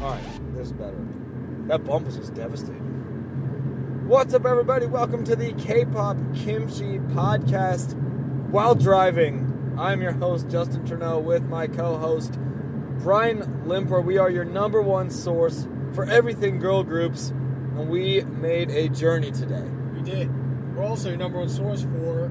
All right, this is better. That bump was just devastating. What's up, everybody? Welcome to the K-pop Kimchi Podcast. While driving, I'm your host Justin Trudeau with my co-host Brian Limper. We are your number one source for everything girl groups, and we made a journey today. We did. We're also your number one source for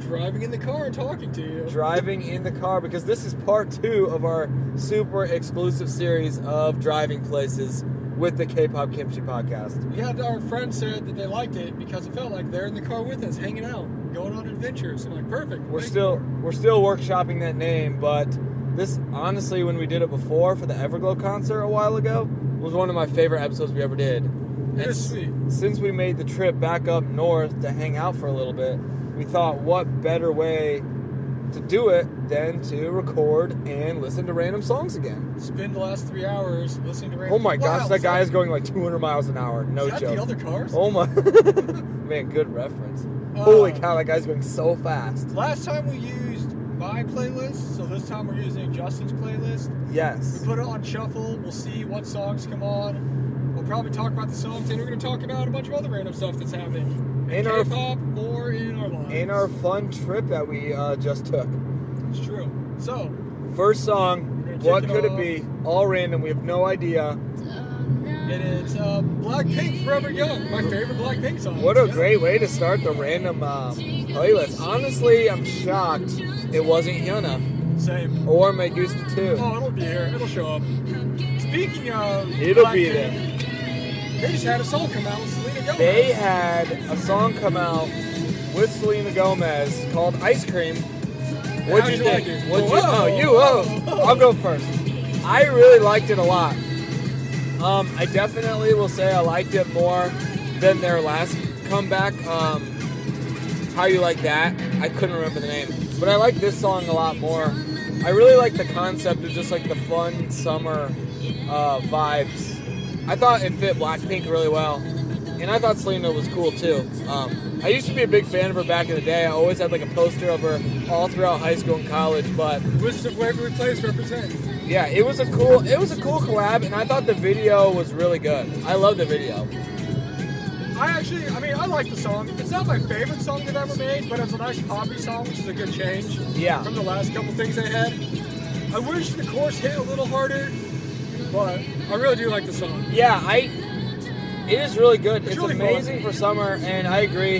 driving in the car and talking to you. Driving in the car because this is part two of our super exclusive series of driving places with the K-pop Kimchi Podcast. we had our friends said that they liked it because it felt like they're in the car with us, hanging out, going on adventures. I'm like, perfect. We're thank still you. we're still workshopping that name, but this honestly, when we did it before for the Everglow concert a while ago, was one of my favorite episodes we ever did. And It is s- sweet. Since we made the trip back up north to hang out for a little bit, we thought what better way to do it than to record and listen to random songs again. spend the last three hours listening to radio. Oh my gosh, that guy is going like 200 miles an hour. No is that joke. the other cars? Oh my man, good reference. Uh, Holy cow, that guy's going so fast. Last time we used my playlist, so this time we're using Justin's playlist. We Yes. put it on shuffle. We'll see what songs come on. We'll probably talk about the songs, and we're going to talk about a bunch of other random stuff that's happening in In our- K-pop or in our lives. In our fun trip that we uh, just took. it's true. So First We're gonna song, kick what it could it off. be? All random, we have no idea. it is uh, Blackpink Forever Young, my favorite Blackpink song. What a Yeah. great way to start the random um, playlist. Honestly, I'm shocked it wasn't Hyuna same. or Megusta Oh, 2. it'll be here. It'll show up. Speaking of, It'll be Blackpink, there. They just had a song come out with Selena Gomez. They had a song come out with Selena Gomez called Ice Cream. What'd How'd you you think? like it? What'd you, Whoa. oh, you, oh. I'll go first. I really liked it a lot. Um, I definitely will say I liked it more than their last comeback. Um, How You Like That. I couldn't remember the name. But I like this song a lot more. I really like the concept of just like the fun summer uh, vibes. I thought it fit Blackpink really well. And I thought Selena was cool too. Um, I used to be a big fan of her back in the day. I always had like a poster of her all throughout high school and college. But Wizards of Waverly Place represent. yeah, it was a cool it was a cool collab, and I thought the video was really good. I love the video. I actually, I mean, I like the song. It's not my favorite song they've ever made, but it's a nice poppy song, which is a good change Yeah. from the last couple things they had. I wish the chorus hit a little harder, but I really do like the song. Yeah, I. It is really good. It's, It's really amazing for summer, and I agree.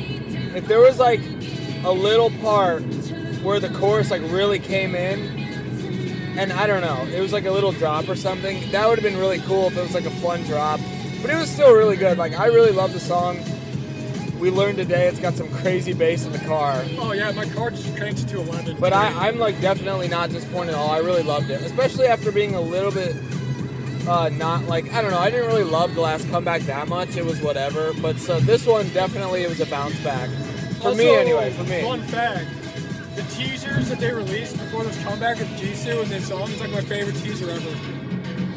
If there was like a little part where the chorus like really came in, and I don't know, it was like a little drop or something, that would have been really cool if it was like a fun drop. But it was still really good. Like I really love the song. We learned today it's got some crazy bass in the car. Oh yeah, my car just cranked to 11. But I, I'm like definitely not disappointed at all. I really loved it, especially after being a little bit uh, not like I don't know. I didn't really love the last comeback that much. It was whatever. But so this one definitely it was a bounce back for me Also, anyway. For me, Fun fact: the teasers that they released before this comeback with Jisoo and this song is like my favorite teaser ever.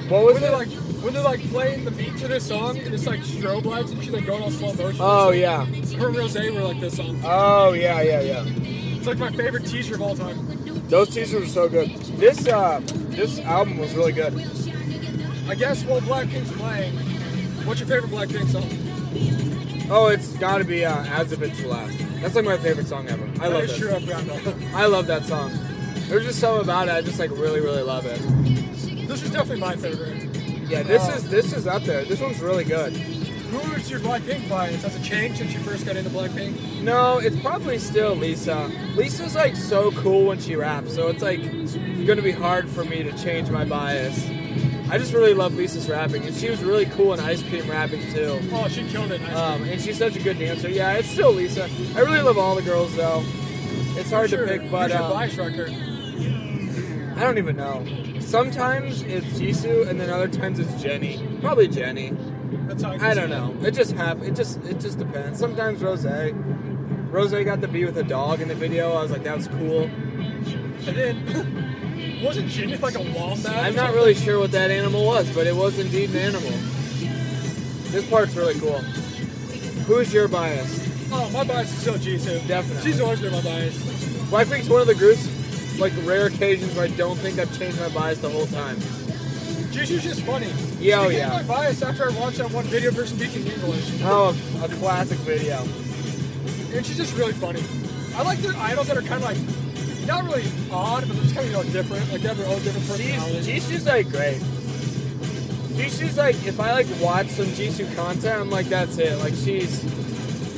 what was When it they're like when they're like playing the beat to this song and it's like strobe lights and she's like going on slow motion. Oh yeah, Her and Rose were like this song. oh yeah, yeah, yeah. It's like my favorite teaser of all time. Those teasers were so good. This uh, this album was really good. I guess while Blackpink's playing, what's your favorite Blackpink song? Oh, it's got to be uh, as if it's your last. That's like my favorite song ever. I love that is that. true. I forgot about that. I love that song. There's just something about it. I just like really, really love it. This is definitely my favorite. Yeah, this Uh, is this is up there. This one's really good. Who is your Blackpink bias? Has it changed since you first got into Blackpink? No, it's probably still Lisa. Lisa's like so cool when she raps, so it's like gonna be hard for me to change my bias. I just really love Lisa's rapping, and she was really cool in Ice Cream rapping too. Oh, she killed it. I- Um, and she's such a good dancer. Yeah, it's still Lisa. I really love all the girls though. It's hard Sure. to pick, but Who's your um, bias record? I don't even know. Sometimes it's Jisoo, and then other times it's Jenny. Probably Jenny. That's how I, I don't know. It just happened. It just it just depends. Sometimes Rose. Rose got to be with a dog in the video. I was like, that was cool. And then wasn't Jinny like a wombat? I'm not really sure what that animal was, but it was indeed an animal. This part's really cool. Who's your bias? Oh, my bias is still Jisoo. Definitely. She's always been my bias. Blackpink's one of the groups, like rare occasions where I don't think I've changed my bias the whole time. Jisoo's just funny. Yeah, oh, She yeah. became My bias after I watched that one video of her speaking English, Oh, a classic video. and she's just really funny. I like the idols that are kind of like not really odd, but they're just kind of you know, different. Like they have their own different She's personalities. she's just like great. Jisoo's like if I like watch some Jisoo content, I'm like that's it. Like she's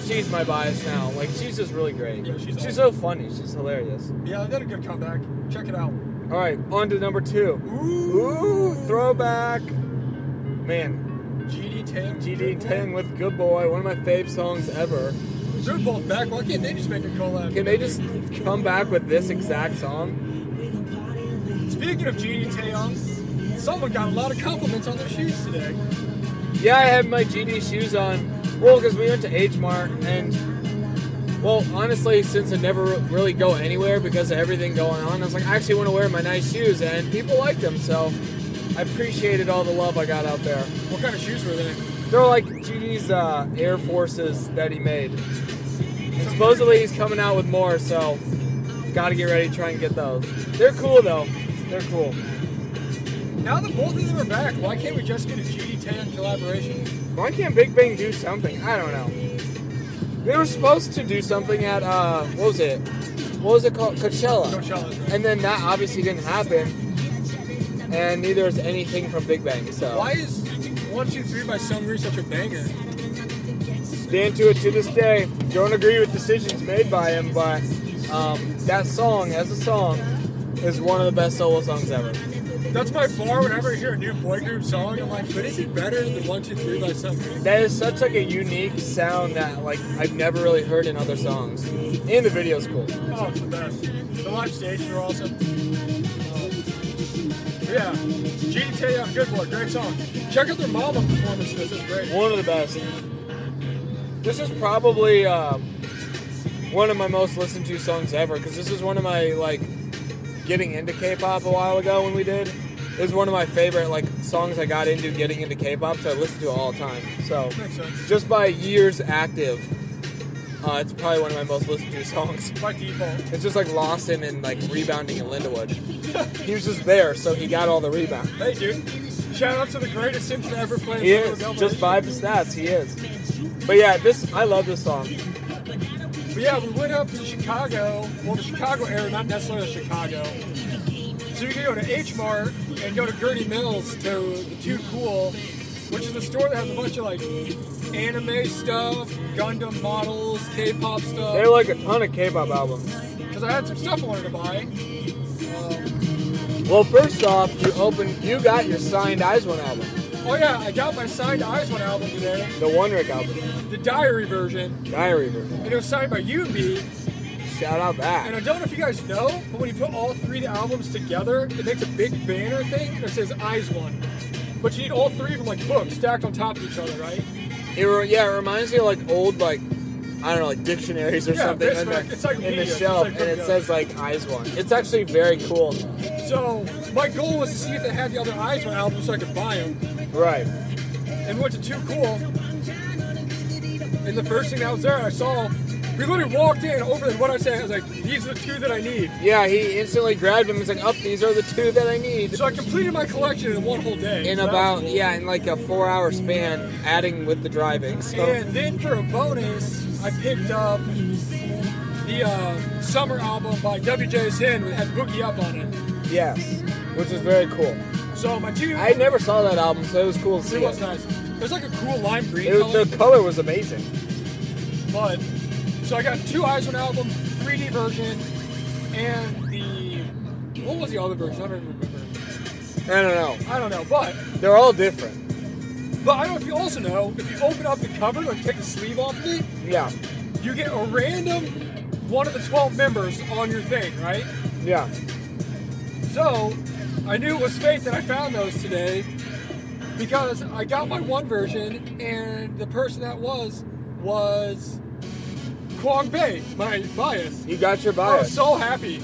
she's my bias now. Like she's just really great. Yeah, she's so funny. She's hilarious. yeah, they did a good comeback. Check it out. All right, on to number two. Ooh, throwback. Man, GD Tang. GD Tang with Good Boy, one of my fave songs ever. They're both back. Why can't they just make a collab? Can they just come back with this exact song? Speaking of GD Tang, someone got a lot of compliments on their shoes today. Yeah, I had my GD shoes on. Well, because we went to H Mart, and well, honestly, since I never really go anywhere because of everything going on, I was like, I actually want to wear my nice shoes, and people liked them, so I appreciated all the love I got out there. What kind of shoes were they? They're like GD's uh, Air Forces that he made. And supposedly he's coming out with more, so gotta get ready to try and get those. They're cool though. They're cool. Now that both of them are back, why can't we just get a GD Tan collaboration? Why can't Big Bang do something? I don't know. They were supposed to do something at uh, what was it? What was it called? Coachella. Coachella's right. And then that obviously didn't happen, and neither is anything from Big Bang. So Why is 123 by Sungri such a banger? stand to it to this day. Don't agree with decisions made by him, but um, that song, as a song, is one of the best solo songs ever. That's my bar whenever I hear a new boy group song. I'm like, but is it better than 123 by Sungri? That is such like a unique sound that like I've never really heard in other songs. And the video's cool. Oh, it's the best. The live stages are awesome. Oh. Yeah, GD Tan, good boy, great song. Check out their Mama performance, this is great. One of the best. This is probably um, one of my most listened to songs ever because this is one of my like getting into K-pop a while ago when we did. It was one of my favorite like songs I got into getting into K-pop, so I listen to it all the time. So Makes sense. just by years active, uh, it's probably one of my most listened to songs. By default. It's just like Lawson and like rebounding in Lindawood. he was just there, so he got all the rebound. Hey, dude. Shout out to the greatest Simpson ever played. He Summer is Revelation. just by the stats. He is. But yeah, this I love this song. But yeah, we went up to Chicago. Well, the Chicago area, not necessarily Chicago. So you can go to H Mart and go to Gurney Mills to the Too Cool, which is a store that has a bunch of like anime stuff, Gundam models, K-pop They have stuff. like a ton of K-pop albums. Because I had some stuff I wanted to buy. Um, Well, first off, you open you got your signed Eyes One album, oh yeah, I got my signed Eyes One album today, the One Rick album, the Diary version, Diary version. and it was signed by you and me. Shout out And I that. don't know if you guys know, but when you put all three of the albums together, it makes a big banner thing that says Eyes One. But you need all three of them like books stacked on top of each other, right? It re- yeah, it reminds me of like old like I don't know like dictionaries or Yeah, something this in like- it's the, like in the media, it's shelf, like and it media. says like Eyes One. It's actually very cool. So my goal was to see if they had the other Eyes One albums so I could buy them. Right. And we went to Too Cool. And the first thing that was there, I saw, we literally walked in over what I said. I was like, these are the two that I need. Yeah, he instantly grabbed him. He's like, "Up, these are the two that I need." So I completed my collection in one whole day. In So that was about cool. yeah, in like a four-hour span, adding with the driving. So And then for a bonus, I picked up the uh, summer album by WJSN that had Boogie Up on it. yes, which is very cool. So my two, I never saw that album, so it was cool to see it was it. nice. It was like a cool lime green It was- color, the color was amazing. but so I got two Eyes One album, 3D version, and the what was the other version? I don't even remember. I don't know. I don't know, but They're all different. but I don't know if you also know if you open up the cover, like take the sleeve off of it, Yeah, you get a random one of the 12 members on your thing, right? yeah. So, I knew it was fate that I found those today because I got my one version, and the person that was was Kwang Bei, my bias. You got your I bias, was so happy.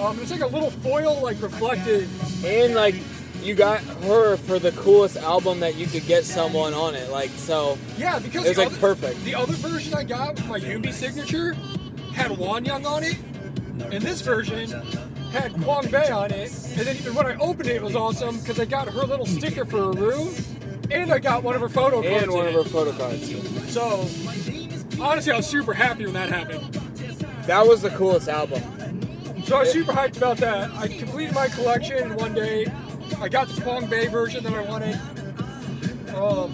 Um, it's like a little foil, like reflective. and like you got her for the coolest album that you could get someone on it. Like so, Yeah, because It was, the like, other, perfect. The other version I got with my Yumi signature had Wan Young on it, and this version had Kwang Bei on it, and then even when I opened it, it was awesome because I got her little sticker for her room, and I got one of her photo cards. and one of in her it. photo cards. So honestly, I was super happy when that happened. That was the coolest album. So I was super hyped about that. I completed my collection in one day. I got the Kwang Bay version that I wanted. Um,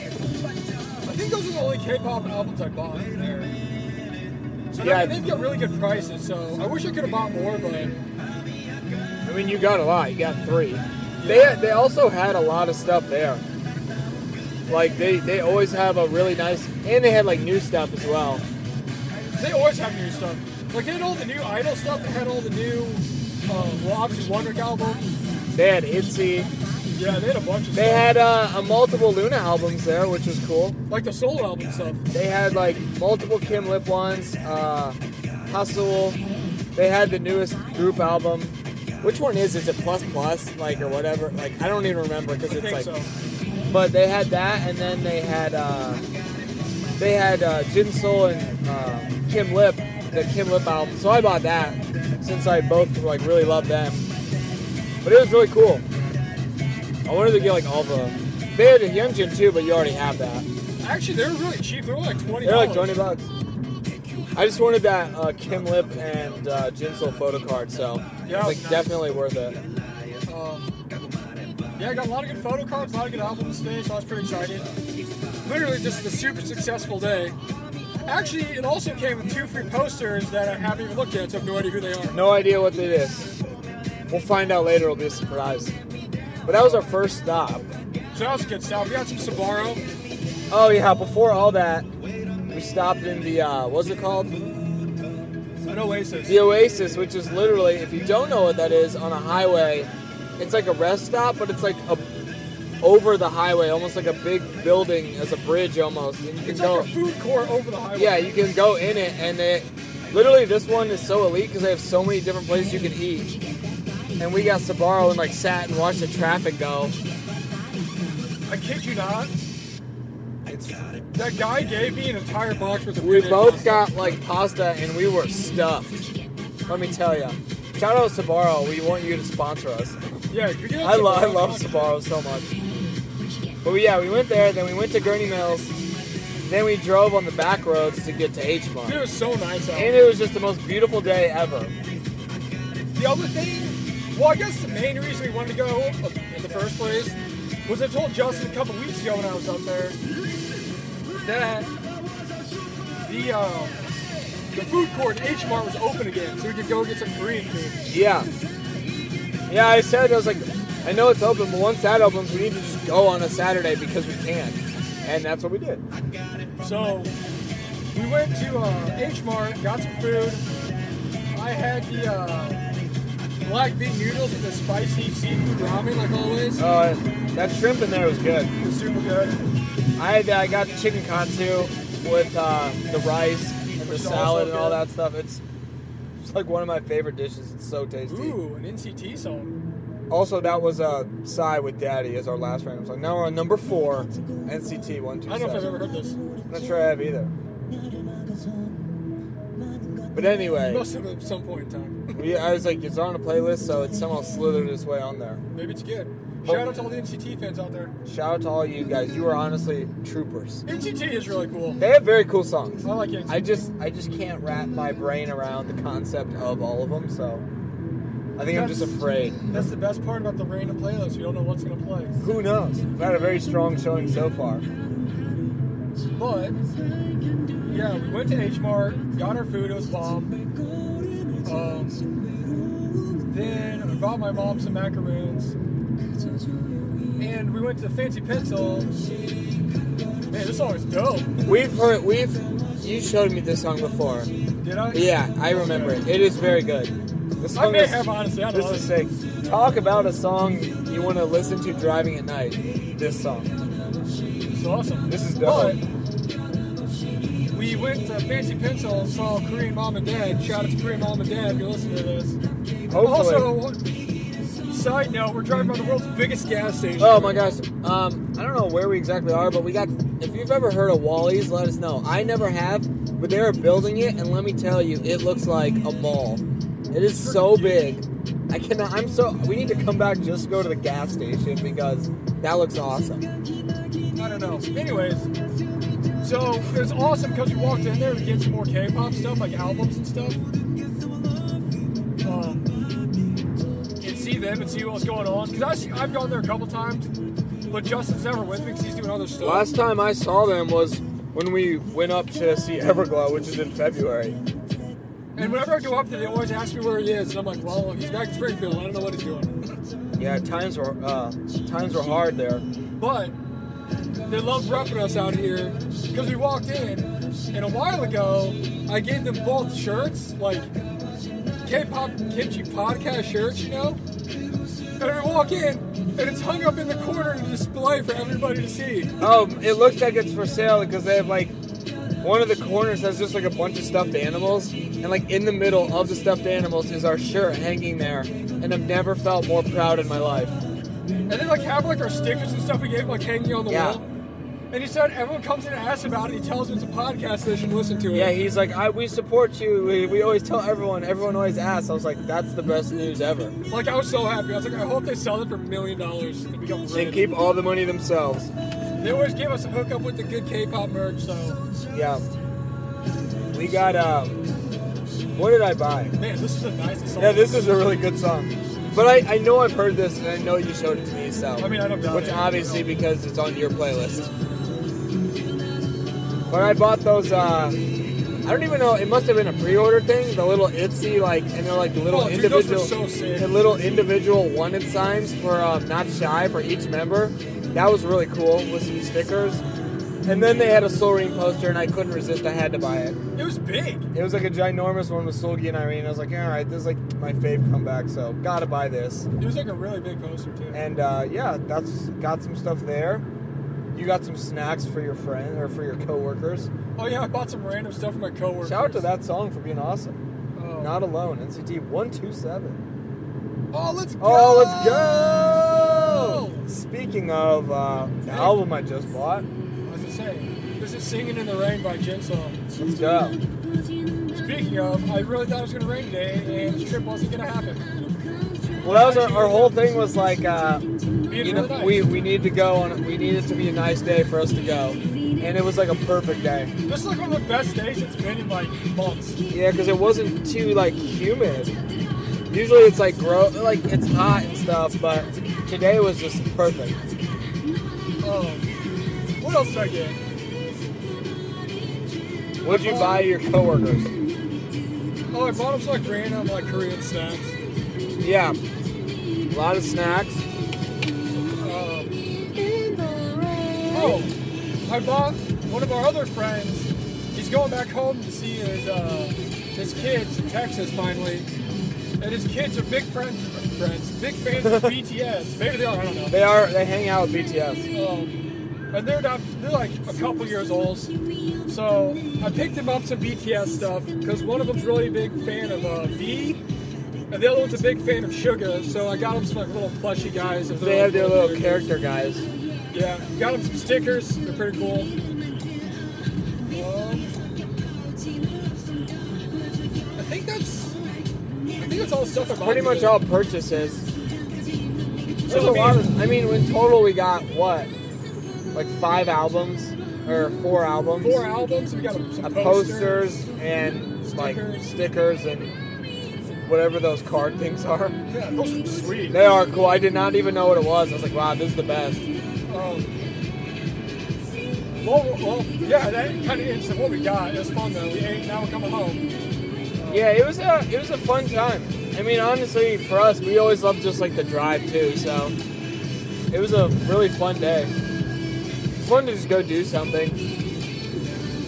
I think those are the only K-pop albums I bought there. And Yeah. I mean, they've got really good prices, so I wish I could have bought more, but I mean, you got a lot. You got three. They they also had a lot of stuff there. Like they they always have a really nice, and they had like new stuff as well. they always have new stuff. Like they had all the new Idol stuff. They had all the new, uh, well, obviously One Wonder album. They had ITZY. Yeah, they had a bunch of They stuff. had uh, a multiple Luna albums there, which was cool. like the solo album stuff. They had like multiple Kim Lip ones, uh, Hustle. They had the newest group album. Which one is? Is it Plus Plus, like or whatever? Like I don't even remember because I it's think like. so. But they had that, and then they had uh, they had uh, Jin Soul and uh, Kim Lip, the Kim Lip album. So I bought that since I both like really love them. But it was really cool. I wanted to get like all the. They had a Youngjin too, but you already have that. Actually, they were really cheap. They were like twenty. They're like twenty bucks. I just wanted that uh, Kim Lip and uh, Jin Soul photo card, so it's Yeah, like nice. definitely worth it. Um, yeah, I got a lot of good photo cards, a lot of good albums today, so I was pretty excited. Literally just a super successful day. Actually, it also came with two free posters that I haven't even looked at, so I have no idea who they are. No idea what it is. We'll find out later. It'll be a surprise. But that was our first stop. So that was good stuff. We got some Sabaro. Oh yeah, before all that, we stopped in the uh, what's it called? An Oasis. The Oasis, which is literally, if you don't know what that is, on a highway, it's like a rest stop, but it's like a over the highway, almost like a big building as a bridge almost, and you can It's go. like a food court over the highway. Yeah, you can go in it, and they literally this one is so elite because they have so many different places you can eat. And we got Sabaro and like sat and watched the traffic go. I kid you not. It's, That guy gave me an entire box with the we both got like pasta, and we were stuffed. Let me tell you. Shout out Sabaro. We want you to sponsor us. Yeah, you get I, lo- I Sbarro love box. Sabaro so much. But we- yeah, we went there. Then we went to Gurney Mills. Then we drove on the back roads to get to H Mart. Dude, it was so nice out. And it was just the most beautiful day ever. The other thing, well, I guess the main reason we wanted to go in the first place was I told Justin a couple weeks ago when I was up there that the uh, the food court H Mart was open again, so we could go get some Korean food. Yeah. Yeah, I said, I was like, I know it's open, but once that opens, we need to just go on a Saturday because we can. And that's what we did. So we went to uh, H Mart, got some food. I had the uh, black bean noodles with the spicy seafood ramen, like always. It Uh, that shrimp in there was good. was super good. I had, I got the chicken katsu with uh, the rice and the Which is also salad and all good. that stuff. It's, it's like one of my favorite dishes. It's so tasty. Ooh, an NCT song. Also, that was uh, Psy with Daddy as our last random song. Now we're on number four, NCT one two. I don't know if I've ever heard this. I'm not sure I have either. But anyway. Must have at some point in time. We, I was like, it's on a playlist, so it somehow slithered its way on there. Maybe it's good. Oh. Shout out to all the NCT fans out there. Shout out to all you guys. You are honestly troopers. NCT is really cool. They have very cool songs. I like NCT. I just, I just can't wrap my brain around the concept of all of them. So, I think I'm just That's- afraid. That's the best part about the random playlist. You don't know what's gonna play. Who knows? We've had a very strong showing so far. But yeah, we went to H Mart, got our food. It was bomb. Um, then I bought my mom some macaroons, and we went to Fancy Pencil. Man, this song is dope. We've heard, we've, you showed me this song before. Did I? Yeah, I remember it. It is very good. This I song may is, have honestly. I don't this is know. sick. Talk about a song you want to listen to driving at night. This song. It's awesome. This is dope. But we went to Fancy Pencil and saw Korean Mom and Dad. Shout out to Korean Mom and Dad if you're listening to this. Hopefully. Also, side note, we're driving by the world's biggest gas station. Oh my gosh. Um, I don't know where we exactly are, but we got. If you've ever heard of Wally's, let us know. I never have, but they are building it, and let me tell you, it looks like a mall. It is so big. I cannot. I'm so. We need to come back just to go to the gas station because that looks awesome. I don't know. Anyways, so it was awesome because we walked in there to get some more K-pop stuff, like albums and stuff, um, and see them and see what was going on. Because I've gone there a couple times, but Justin's never with me because he's doing other stuff. Last time I saw them was when we went up to see Everglow, which is in February. and whenever I go up there, they always ask me where he is, and I'm like, well, he's back in Springfield. I don't know what he's doing. Yeah, times were uh, times were hard there. But they love repping us out here because we walked in, and a while ago, I gave them both shirts, like K-pop kimchi podcast shirts, you know. And I walk in, and it's hung up in the corner to display for everybody to see. Oh, it looks like it's for sale because they have like one of the corners has just like a bunch of stuffed animals, and like in the middle of the stuffed animals is our shirt hanging there. And I've never felt more proud in my life. And they like have like our stickers and stuff we gave like hanging on the Yeah. wall. And he said everyone comes in and asks about it. He tells them it's a podcast. They should listen to it. Yeah, he's like, I, we support you. We, we always tell everyone. Everyone always asks. I was like, that's the best news ever. like I was so happy. I was like, I hope they sell it for a million dollars and become rich. They keep all the money themselves. They always give us a hookup with the good K-pop merch. So Yeah. We got um. What did I buy? man, this is a nice. Yeah, this is a really good song. But I, I know I've heard this and I know you showed it to me, so. I mean, I don't doubt Which it. obviously because it's on your playlist. But I bought those, uh. I don't even know. It must have been a pre-order thing. The little itsy, like, and they're like the little Oh, dude, those were individual, so sick. the little individual wanted signs for um, not shy for each member. That was really cool with some stickers. And then they had a Soul Ring poster, and I couldn't resist. I had to buy it. It was big. It was like a ginormous one with Solgi and Irene. I was like, all right, this is like my fave comeback, so gotta buy this. It was like a really big poster too. And uh, yeah, that's got some stuff there. You got some snacks for your friend or for your coworkers. oh yeah, I bought some random stuff from my coworker. Shout out to that song for being awesome. Oh, Not alone, NCT one two seven. Oh, let's go. Oh, let's go! Speaking of uh, the album I just bought, I was gonna say, this is "Singing in the Rain" by Jinso. let's go. Speaking of, I really thought it was gonna rain today, and this trip wasn't gonna happen. Well, that was our, our whole thing was like. Uh, Being you really know, nice. we, we need to go on. We need it to be a nice day for us to go, and it was like a perfect day. This is like one of the best days it's been in like months. Yeah, because it wasn't too like humid. Usually it's like grow like it's hot and stuff, but today was just perfect. Oh, what else did I get? What'd you buy your coworkers? Oh, I bought them some like random like Korean snacks. Yeah, a lot of snacks. Um, oh, I bought one of our other friends. He's going back home to see his uh, his kids in Texas finally, and his kids are big friends friends, big fans of BTS. Maybe they are. I don't know. They are they hang out with BTS. Um, and they're not, they're like a couple years old. So I picked them up some BTS stuff because one of them's really a big fan of uh, V, and the other one's a big fan of Sugar. So I got them some like little plushy guys. of They have their little characters. character guys. Yeah, got them some stickers. They're pretty cool. Um, I think that's. I think that's all the stuff I bought. Pretty much today. all purchases. There's So, a I mean- lot of. I mean, in total we got what, like five albums or four albums. Four albums. We got some uh, posters. posters and like Stickers. stickers and whatever those card things are. Yeah, those are sweet. They are cool. I did not even know what it was. I was like, wow, this is the best. Um, well, well, yeah, that kind of ends what we got. It was fun though. We ate. Now we're coming home. Yeah, it was a it was a fun time. I mean, honestly, for us, we always loved just like the drive too. So it was a really fun day. It's fun to just go do something.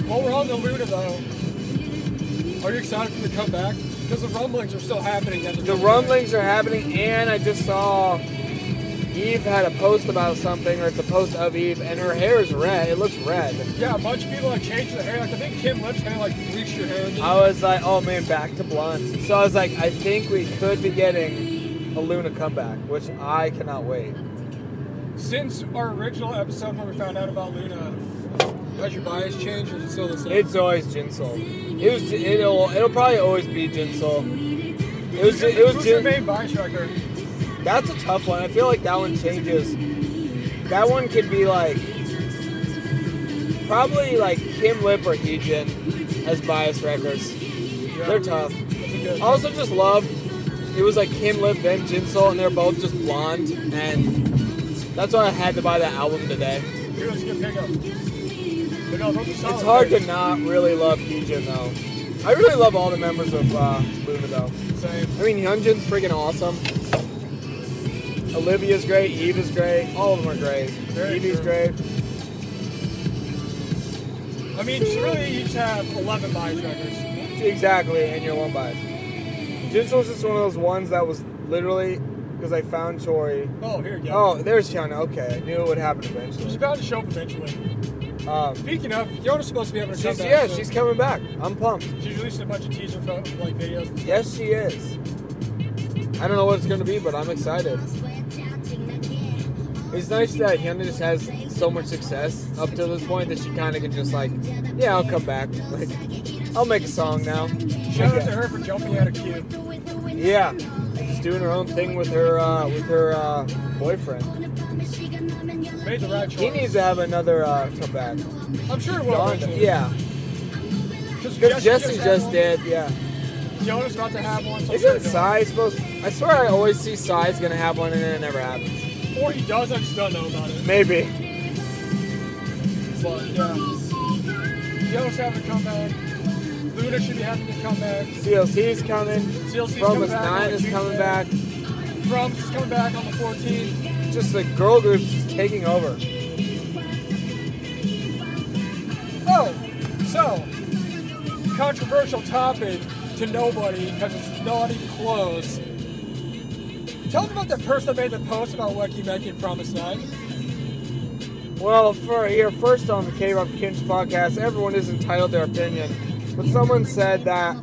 While we're on the Luna though, are you excited for the comeback? Because the rumblings are still happening. At the, The rumblings are happening, and I just saw Eve had a post about something, or it's a post of Eve, and her hair is red. It looks red. Yeah, a bunch of people like changed their hair. Like I think Kim Lips kind of like bleached her hair. I was like, oh man, back to blonde. So I was like, I think we could be getting a Luna comeback, which I cannot wait. Since our original episode when we found out about Luna, has your bias changed or is it still the same? It's always Jinsol. It was, it'll, it'll probably always be Jinsol. It was it was Who's your Jim. main body striker? That's a tough one. I feel like that one changes. That one could be like probably like Kim Lip or Heejin as bias records. They're tough. Oh. That's a good- I also just love it was like Kim Lip then Jin Sol and they're both just blonde and that's why I had to buy that album today. It was a good pickup. But no, those are solid It's hard to picks. not really love Heejin though. I really love all the members of uh, Luna though. Same. I mean, Hyunjin's freaking awesome. Olivia's great. Eve is great. All of them are great. Very Evie's true. great. I mean, just really, you each have 11 body strikers. Exactly, and you're one bias. Jinsoul's just one of those ones that was literally because I found Chori. Oh, here you go. Oh, there's China. Okay, I knew it would happen She's eventually. about to show up eventually. Um, Speaking of, Yoda's supposed to be having a she's comeback. yeah, so- she's coming back. I'm pumped. She's releasing a bunch of teaser pho- like videos. Yes, she is. I don't know what it's gonna be, but I'm excited. It's nice that Hyuna just has so much success up to this point that she kind of can just like, yeah, I'll come back. Like, I'll make a song now. Shout out to her for jumping out of queue. Yeah, just doing her own thing with her uh, with her uh, boyfriend. Made the right choice. He needs to have another uh, comeback. I'm sure it will. Dawn- eventually. Yeah, Because because Jesse had just one. did. Yeah, Yoda's about to have one. so isn't I'm sure Sai supposed? I swear I always see Sai's gonna have one and then it never happens. he'll. Or he does, I just don't know about it. Maybe. But yeah. Yoda's having a comeback. Luna should be having a comeback. CLC's coming. CLC's coming Romus back on Nine is Tuesday. coming back. From is coming back on the 14th. Just the girl group's just taking over. Oh, so controversial topic to nobody because it's not even close. Tell them about that person that made the post about Wacky making Promise Night. Well, for here first on the K Rob Kinch podcast, everyone is entitled their opinion, but someone said that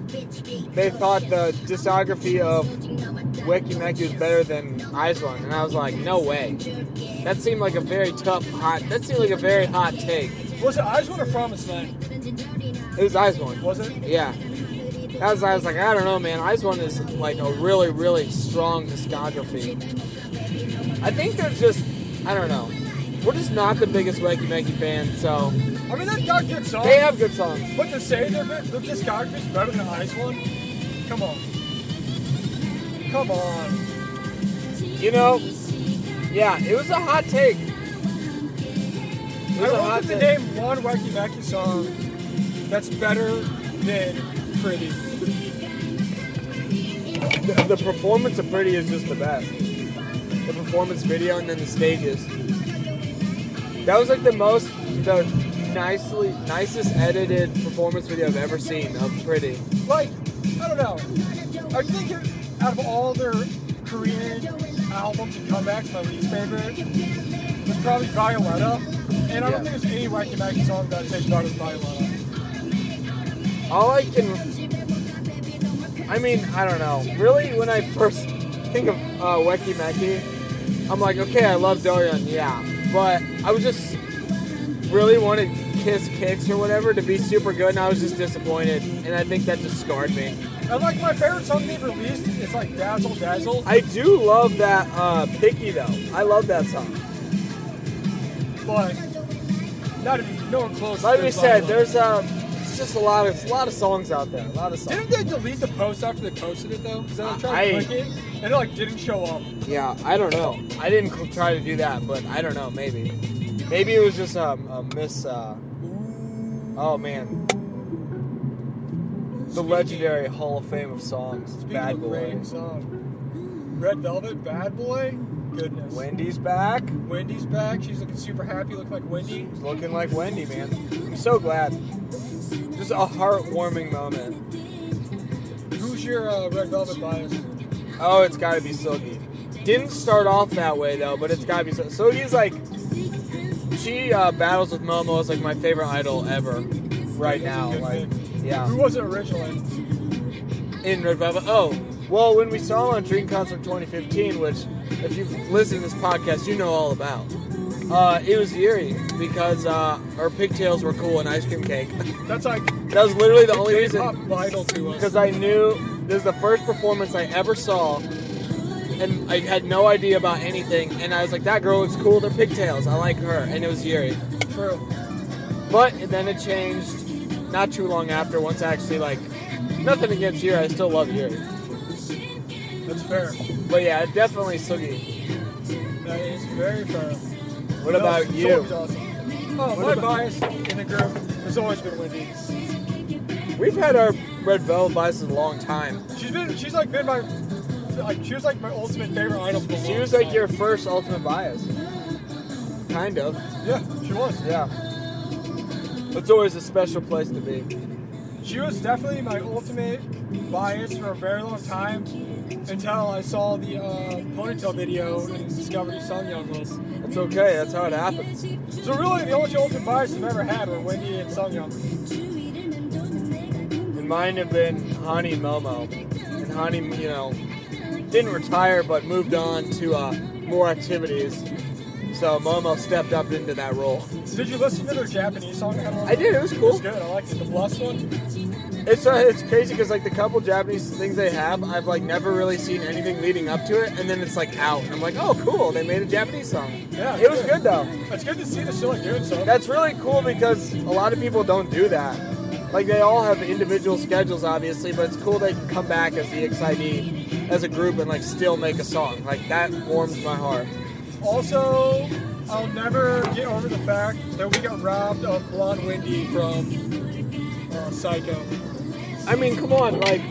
they thought the discography of Weki Meki was better than Iceland, and I was like, no way. That seemed like a very tough hot. That seemed like a very hot take. Was it Eyes One or Promise Night? It was Iceland. Was it? Yeah. That was I was like, I don't know, man. Iceland is like a really, really strong discography. I think they're just, I don't know. We're just not the biggest Weki Meki fan, so I mean, they've got good songs. they have good songs. But to say they're bit, their discography's better than Eyes One? Come on. Come on. You know, yeah, it was a hot take. It I was a want hot them to take. name one Wacky Mackey song that's better than Pretty. The, the performance of Pretty is just the best. The performance video and then the stages. That was like the most, the nicely, nicest edited performance video I've ever seen of Pretty. Like, I don't know. I think out of all their Korean albums and comebacks, my least favorite was probably Violetta. And I don't Yeah. think there's any Wacky Mackey song that tastes better than Violetta. All I can, I mean, I don't know. Really, when I first think of uh, Weki Meki, I'm like, okay, I love Doyon, yeah, but I was just really wanted Kiss Kicks or whatever to be super good, and I was just disappointed, and I think that just scarred me. And like my favorite song they've released is like Dazzle Dazzle. I do love that uh, Picky though. I love that song. but not even no one close. Like to we Violetta. said, there's um, it's just a lot of a lot of songs out there, a lot of songs. Didn't they delete the post after they posted it though? Because I I- tried to click it and it like didn't show up. Yeah, I don't know. I didn't cl- try to do that, but I don't know. Maybe, maybe it was just um, a miss. Uh, oh man, the legendary Hall of Fame of songs, Speaking Bad of Boy. great song, Red Velvet, Bad Boy. Goodness. Wendy's back. Wendy's back. She's looking super happy. Looking like Wendy. She's looking like Wendy, man. I'm so glad. Just a heartwarming moment. Who's your uh, Red Velvet bias? Oh, it's got to be Silky. Didn't start off that way though, but it's got to be Silky. Silky's like she uh, battles with Momo is like my favorite idol ever right now. Good Like, pick. yeah. Who was it originally? in Red Velvet. Oh, well, when we saw him on Dream Concert 2015, which if you've listened to this podcast, you know all about. Uh, it was eerie because uh, our pigtails were cool and ice cream cake. That's like that was literally the the only K-pop reason vital to us. because I knew This is the first performance I ever saw, and I had no idea about anything. And I was like, that girl looks cool. with her pigtails. I like her. And it was Yuri. True. But then it changed not too long after. Once I actually like nothing against Yuri, I still love Yuri. That's fair. But yeah, definitely Sugi. That is very fair. What about That's you? always awesome. Oh, my about- bias in the group has always been Wendy. We've had our red velvet bias in a long time. She's been, she's like been my, like she was like my ultimate favorite idol. For a She long was like time. your first ultimate bias. Kind of. Yeah, she was. Yeah. It's always a special place to be. She was definitely my ultimate bias for a very long time until I saw the uh, ponytail video and discovered who Sun Young was. It's okay, that's how it happens. So really, the only ultimate bias I've ever had were Wendy and Sun Young. And mine have been Hani Momo. And Hani, you know, didn't retire but moved on to uh, more activities. So Momo stepped up into that role. Did you listen to their Japanese song? at all? I did, it was It cool. was good. I liked it. The Blessed one. It's uh, it's crazy because like the couple Japanese things they have, I've like never really seen anything leading up to it, and then it's like out, and I'm like, oh cool, they made a Japanese song. Yeah, it was good though. It's good to see the show like doing so. That's really cool because a lot of people don't do that. Like they all have individual schedules, obviously, but it's cool they can come back as the XID as a group and like still make a song. Like that warms my heart. Also, I'll never get over the fact that we got robbed of Blonde Wendy from uh, Psycho. I mean, come on, like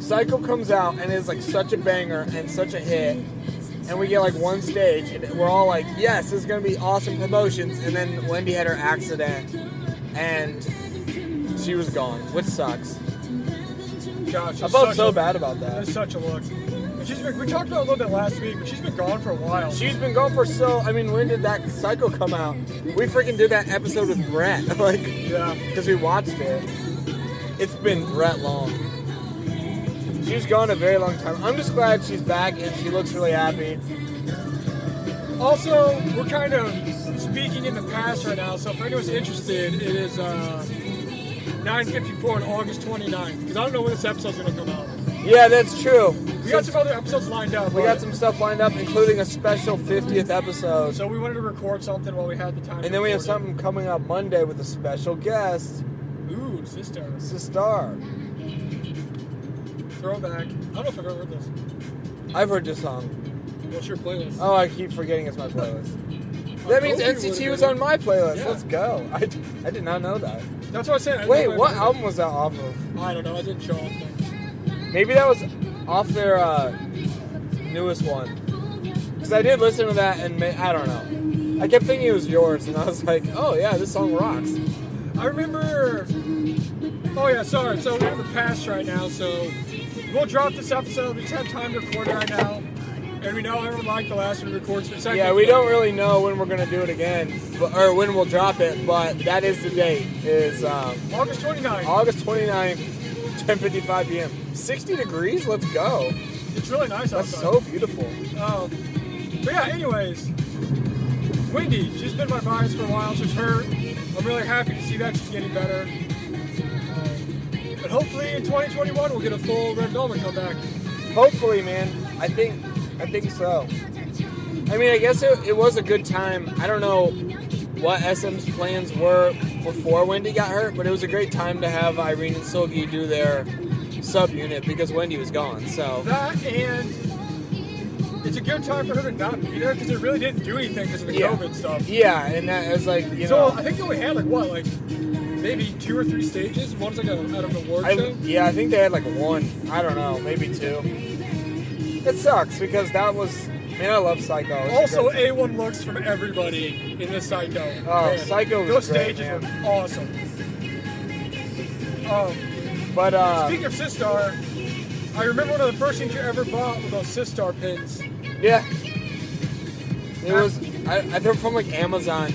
Psycho comes out and is like such a banger and such a hit, and we get like one stage and we're all like, yes, this is gonna be awesome promotions, and then Wendy had her accident and she was gone, which sucks. Gosh, I felt it's such so a- bad about that. That's such a look. And she's been, we talked about it a little bit last week, but she's been gone for a while. She's been gone for so. I mean, when did that cycle come out? We freaking did that episode with Brett, like, yeah. because we watched it. It's been Brett long. She's gone a very long time. I'm just glad she's back and she looks really happy. Also, we're kind of speaking in the past right now, so if anyone's interested, it is uh, 9.54 on August 29th, because I don't know when this episode's going to come out. Yeah, that's true. We got some other episodes lined up. we but- got some stuff lined up, including a special 50th episode, So we wanted to record something while we had the time. to and then we have record something coming up Monday with a special guest, it. Ooh, sister. Sistar. Throwback. I don't know if I've ever heard this. I've heard this song. What's your playlist? Oh, I keep forgetting it's my playlist. I That means told you it NCT was was on my playlist. Yeah. Let's go. I, d- I did not know that. That's what I said. I Wait, didn't know what if I album was that off of? remember. I don't know. I didn't show up. there. Maybe that was off their uh, newest one. Because I did listen to that and ma- I don't know. I kept thinking it was yours and I was like, oh yeah, this song rocks. I remember. Oh yeah, sorry. So we're in the past right now. So we'll drop this episode. We just have time to record it right now, and we know everyone liked the last one we recorded. So Yeah, we don't really know when we're going to do it again but, or when we'll drop it, but that is the date. Is um, August 29th. August 29th, 10.55 p.m. 60 degrees? Let's go. it's really nice That's outside. so beautiful. Um, but yeah, anyways, Wendy, she's been my bias for a while. She's hurt. I'm really happy to see that she's getting better. Um, but hopefully in 2021 we'll get a full Red Velvet comeback. Hopefully, man. I think I think so. I mean, I guess it, it was a good time. I don't know what SM's plans were before Wendy got hurt, but it was a great time to have Irene and Silgi do their sub unit because Wendy was gone. So That and it's a good time for her to not be there because it really didn't do anything because of the yeah, COVID stuff. Yeah, and that is like you so I know. think they only had like what, like maybe two or three stages. One's like a, out of an award I, show. yeah, I think they had like one. I don't know, maybe two. It sucks because that was man. I love Psycho. It's a Also, great- A1 looks from everybody in the Psycho. Oh, Man, Psycho was Those great, stages man. were awesome. Um, but uh, speaking of Sistar, I remember one of the first things you ever bought were those Sistar pins. Yeah. It was. I, I, they're from like Amazon.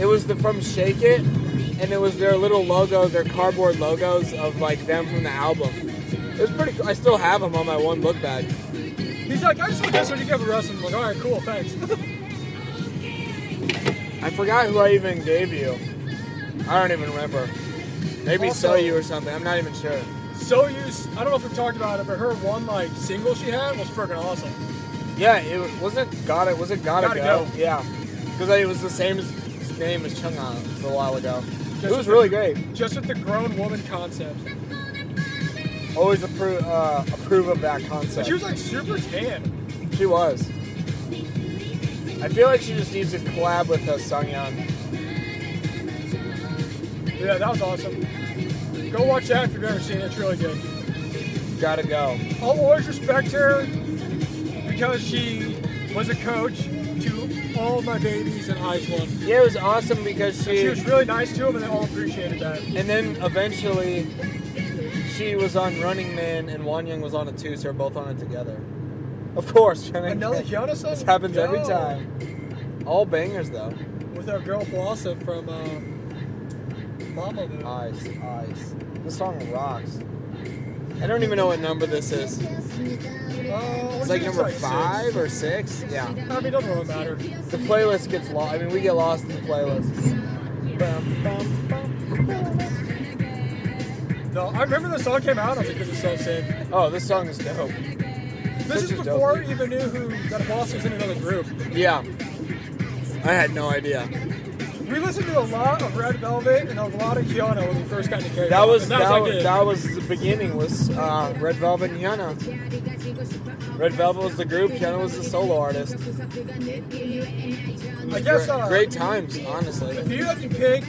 It was the from Shake It, and it was their little logo, their cardboard logos of like them from the album. It was pretty. cool. I still have them on my one book bag. He's like, I just want this when you give a wrestling. I'm like, all right, cool, thanks. I forgot who I even gave you. I don't even remember. Maybe Also- sell you or something. I'm not even sure. so used. I don't know if we've talked about it, but her one like single she had was freaking awesome. Yeah, it wa- wasn't got it. Was it gotta, Gotta go? Go. Yeah, because it was the same as, his name as Chung On. It was a while ago. Just it was a- really great. Just with the grown woman concept. Always approve uh, approve of that concept. But she was like super tan. She was. I feel like she just needs to collab with uh, Sungyeon. Yeah, that was awesome. Go watch that if you've never seen it. It's really good. Gotta go. I'll always respect her because she was a coach to all my babies in Iceland. Yeah, it was awesome because She she. was really nice to them, and they all appreciated that. And then eventually, she was on Running Man and Wanyang was on it too, so they're both on it together. Of course, Jenna. Another Jonas This happens every time. All bangers though. with our girl Blossom from uh, Mama. Uh, Moo. Ice, ice. This song rocks. I don't even know what number this is. Uh, It's like number six. five or six. Yeah. I mean, it doesn't really matter. The playlist gets lost. I mean, we get lost in the playlist. No, I remember the song came out. I was like, "This is so sick." Oh, this song is dope. Such This is a dope before beat. I even knew who that Blossom was in another group. Yeah. I had no idea. We listened to a lot of Red Velvet and a lot of Kiana when we first got into K. That was that, that, wa- was, like it. that was the beginning. Was uh, Red Velvet and Yana. Red Velvet was the group. Yana was the solo artist. I guess uh, Great, great times, honestly. If you had to pick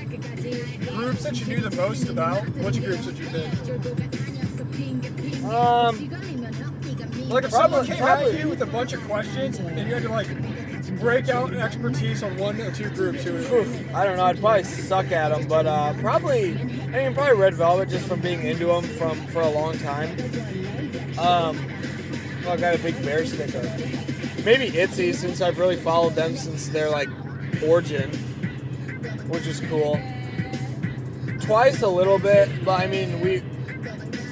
groups that you knew the most about, which groups would you pick? Um, Like if someone Probably- came probably. at you with a bunch of questions and you had to like break out an expertise on one or two groups, who would it I don't know. I'd probably suck at them, but uh, probably. I mean, probably Red Velvet, just from being into them from for a long time. Um, oh, I got a big bear sticker. Maybe Itzy, since I've really followed them since their like origin, which is cool. Twice a little bit, but I mean, we.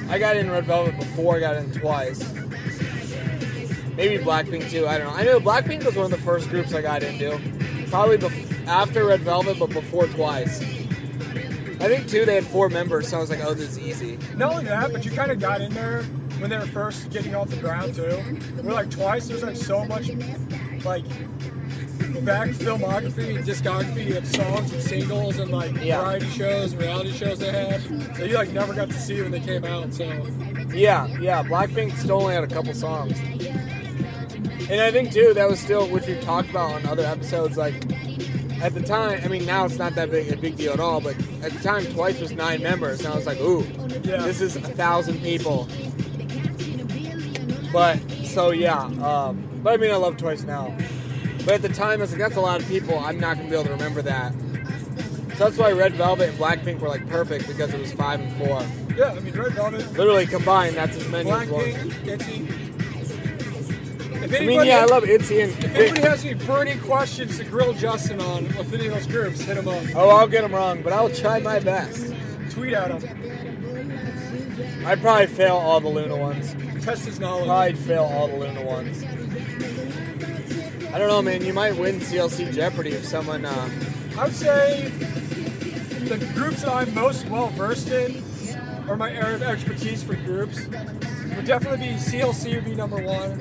I got in Red Velvet before I got in Twice. Maybe Blackpink too. I don't know. I know Blackpink was one of the first groups I got into. Probably bef- after Red Velvet, but before Twice. I think too they had four members, so I was like, oh, this is easy. be? Not only that, but you kind of got in there when they were first getting off the ground too. We're like twice. There's like so much like back filmography, and discography of songs and singles and like Yeah. variety shows and reality shows they had. So you like never got to see when they came out. So Yeah, yeah. Blackpink still only had a couple songs. And I think too that was still which we talked about on other episodes. Like at the time, I mean now it's not that big a big deal at all, but at the time Twice was nine members, and I was like, ooh, Yeah. this is a thousand people. But so yeah, um, but I mean I love Twice now. But at the time, I was like, that's a lot of people. I'm not gonna be able to remember that. So that's why Red Velvet and Blackpink were like perfect because it was five and four. yeah, I mean Red Velvet. Literally combined, that's as many as one. Blackpink, Itzy. If I anybody, mean, yeah, I love Itzy and If anybody has any burning questions to grill Justin on with any of those groups, hit him up. Oh, I'll get them wrong, but I'll try my best. Tweet at him. I probably fail all the Luna ones. Test his knowledge. Probably fail all the Luna ones. I don't know, man. You might win CLC Jeopardy if someone. Uh, I would say the groups that I'm most well versed in, or my area of expertise for groups, would definitely be CLC would be number one,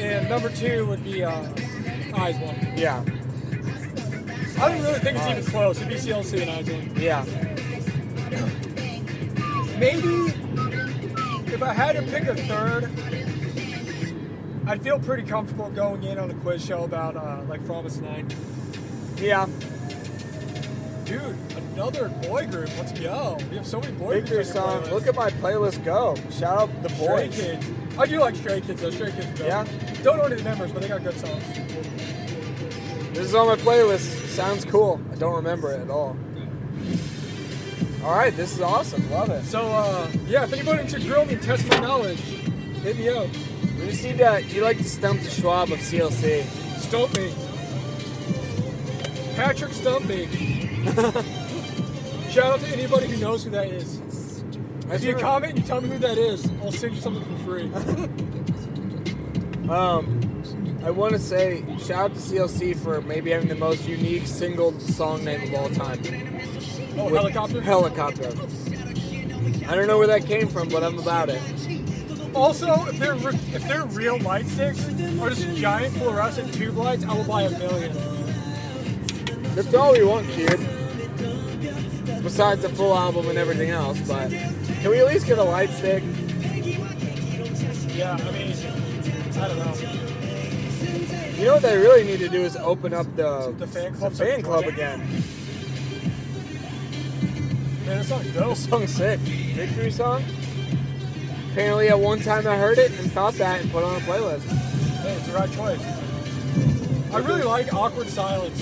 and number two would be uh, Eyes One. yeah, I don't really think it's even close. It'd be CLC and Eyes One. yeah. Maybe if I had to pick a third, I'd feel pretty comfortable going in on a quiz show about uh, like Promise Nine. Yeah. Dude, another boy group. Let's go. We have so many boy Pick your groups. on song. your playlist. Look at my playlist go. Shout out the Stray boys. Kids. I do like Stray Kids though. Stray Kids. Go. Yeah? Don't know any of the members, but they got good songs. This is on my playlist. Sounds cool. I don't remember it at all. All right, this is awesome. Love it. So uh, yeah, if anybody wants to grill me, test my knowledge, hit me up. We just need to. You like to stump the Schwab of CLC. Stump me. Patrick Stump me. Shout out to anybody who knows who that is. If you comment and you tell me who that is, I'll send you something for free. Um, I want to say shout out to CLC for maybe having the most unique single song name of all time. Oh, With helicopter? Helicopter. I don't know where that came from, but I'm about it. Also, if they're re- if they're real light sticks or just giant fluorescent tube lights, I will buy a million. That's all we want, kid. Besides the full album and everything else, but can we at least get a light stick? Yeah, I mean, I don't know. You know what they really need to do is open up the The fan club. the fan club again. Man, that song's dope. Song sick, victory song. Apparently, at one time I heard it and thought that and put it on a playlist. Hey, it's the right choice. I really like Awkward Silence.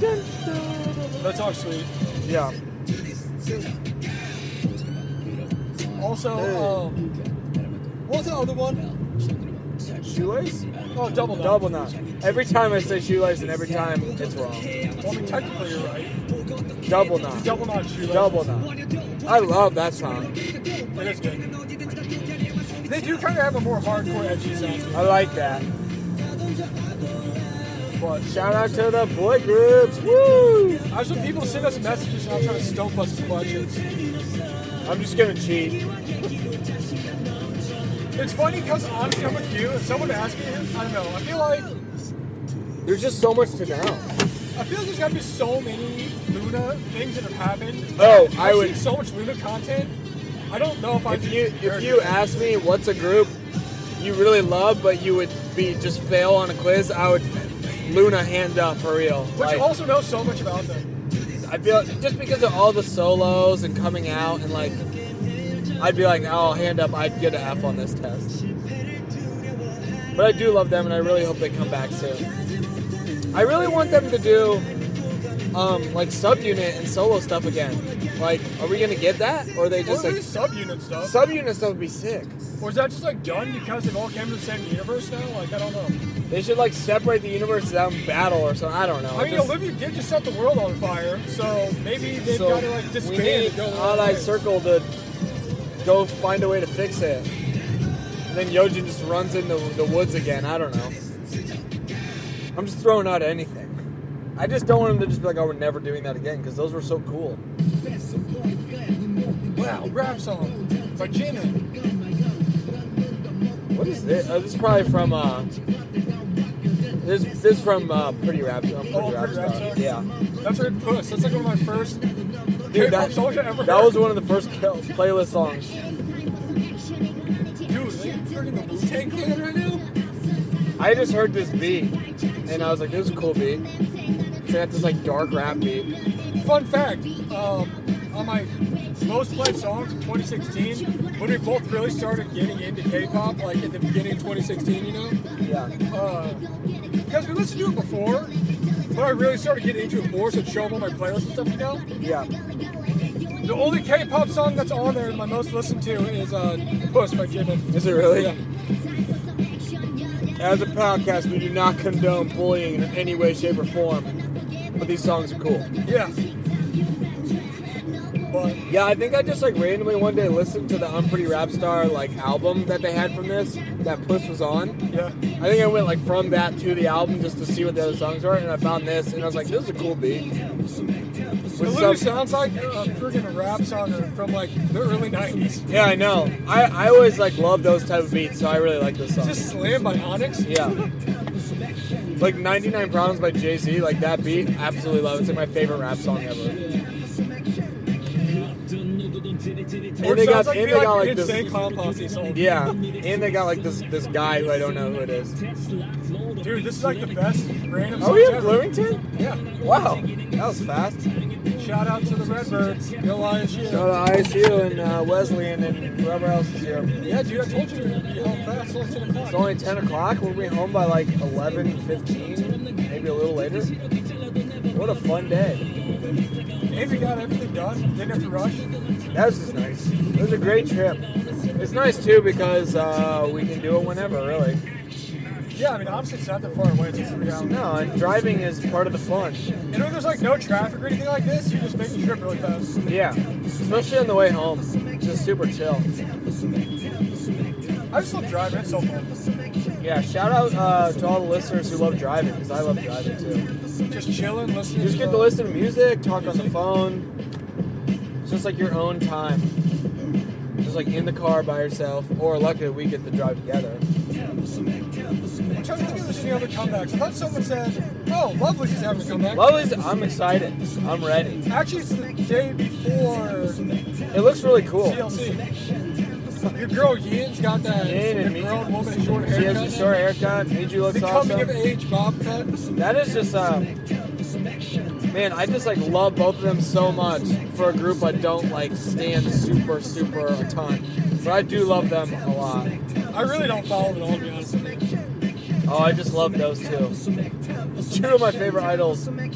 That song's sweet. Yeah. Also, um, what was the other one? Shoelace? Oh, Double Knot. Double knot. Every time I say shoelace and every time it's wrong. Well, I mean, technically you're right. Double knot. Double Knot Shoelace. Double knot. I love that song. It is good. They do kind of have a more hardcore edgy sound. to it. I like that. But shout out to the boy groups. Woo! I have some people send us messages and I'm trying to stump us with budgets. I'm just gonna cheat. It's funny because honestly, I'm with you. If someone asked me, I don't know. I feel like There's just so much to know. I feel like there's got to be so many Luna things that have happened. Oh, I I've seen would. so much Luna content. I don't know if I If could- you if you ask me what's a group you really love, but you would be just fail on a quiz, I would Luna hand up for real. But Like, you also know so much about them. I feel just because of all the solos and coming out and like, I'd be like, oh, hand up, I'd get an F on this test. But I do love them, and I really hope they come back soon. I really want them to do um, like subunit and solo stuff again. Like, are we gonna get that, or are they just or like at least subunit stuff. subunit stuff would be sick? or is that just like done because they've all came to the same universe now? Like, I don't know. They should like separate the universes out and battle or something. I don't know. I mean, Just- Olivia did just set the world on fire, so maybe they've so got to like we disband need and go their own Ally way. Circle to go find a way to fix it. And then Yojin just runs into the woods again. I don't know. I'm just throwing out anything. I just don't want them to just be like, "Oh, we're never doing that again," because those were so cool. Wow, rap song by Jimin. What is this? Oh, this is probably from uh, this this is from uh, Pretty Rap. uh, Pretty Oh, Rap Pretty Rap Star. Song? Yeah, That's Red Puss. That's like one of my first dude, K-pop that, songs I ever that heard. was one of the first kill- playlist songs. Dude, they freaking the Wu-Tang Clan right now? I just heard this beat, and I was like, "This is a cool beat." So got this like dark rap beat. Fun fact, um, on my most played songs in 2016, when we both really started getting into K-pop, like at the beginning of 2016, you know, Yeah. uh, because we listened to it before, but I really started getting into it more, so it showed up on my playlist and stuff, you know. Yeah. The only K-pop song that's on there, my most listened to, is uh, "Puss" by Jimin. Is it really? Yeah. As a podcast, we do not condone bullying in any way, shape, or form. But these songs are cool. Yeah. But Yeah, I think I just like randomly one day listened to the Unpretty Rap Star like album that they had from this that Puss was on. yeah, I think I went like from that to the album just to see what the other songs were, and I found this, and I was like, "This is a cool beat." it With some- literally sounds like a freaking rap song from like the early 90s. yeah, I know. I, I always like love those type of beats, so I really like this song. Is this Slam by Onyx? Yeah. Like 99 Problems by Jay Z, like that beat, absolutely love it. It's like my favorite rap song ever. Or they it got- sounds like, and be they like got, like, an this- insane clown posse song. Yeah, and they got like this this guy who I don't know who it is. Dude, this is like the best random Are we song in ever. Bloomington? Yeah. Wow, that was fast. Shout Shout out to the Redbirds. Go Lions yeah. out to ISU and uh, Wesleyan and whoever else is here. It's yeah, dude, I told you we were gonna be home fast. It's only 10 o'clock. only 10 o'clock. We'll be home by like 11, 15, maybe a little later. What a fun day. And we got everything done. Didn't have to rush. That was just nice. It was a great trip. It's nice too because uh, we can do it whenever, really. Yeah, I mean, obviously it's not that far away. It's just three hours. No, and driving is part of the fun. And when there's like no traffic or anything like this, you just make the trip really fast. Yeah, especially on the way home. Just super chill. I just love driving. It's so fun. Yeah, shout out uh, to all the listeners who love driving because I love driving too. Just chilling, listening. You just get uh, to listen to music, talk on the phone. It's just like your own time. like in the car by herself, or luckily we get to drive together. I'm trying to think of the other comebacks. I thought someone said, oh, Lovelace is having a comeback. Lovely's, I'm excited. I'm ready. Actually, it's the day before It looks really cool. TLC. Your girl Yin's got that Yin and the me. grown woman short She has haircut. a short haircut. Andrew looks the coming of awesome. age bob cut. That is just um, man. I just like love both of them so much for a group I don't like stand super super a ton, but I do love them a lot. I really don't follow it all, to be honest with you. Oh, I just love those two. Two of my favorite idols. But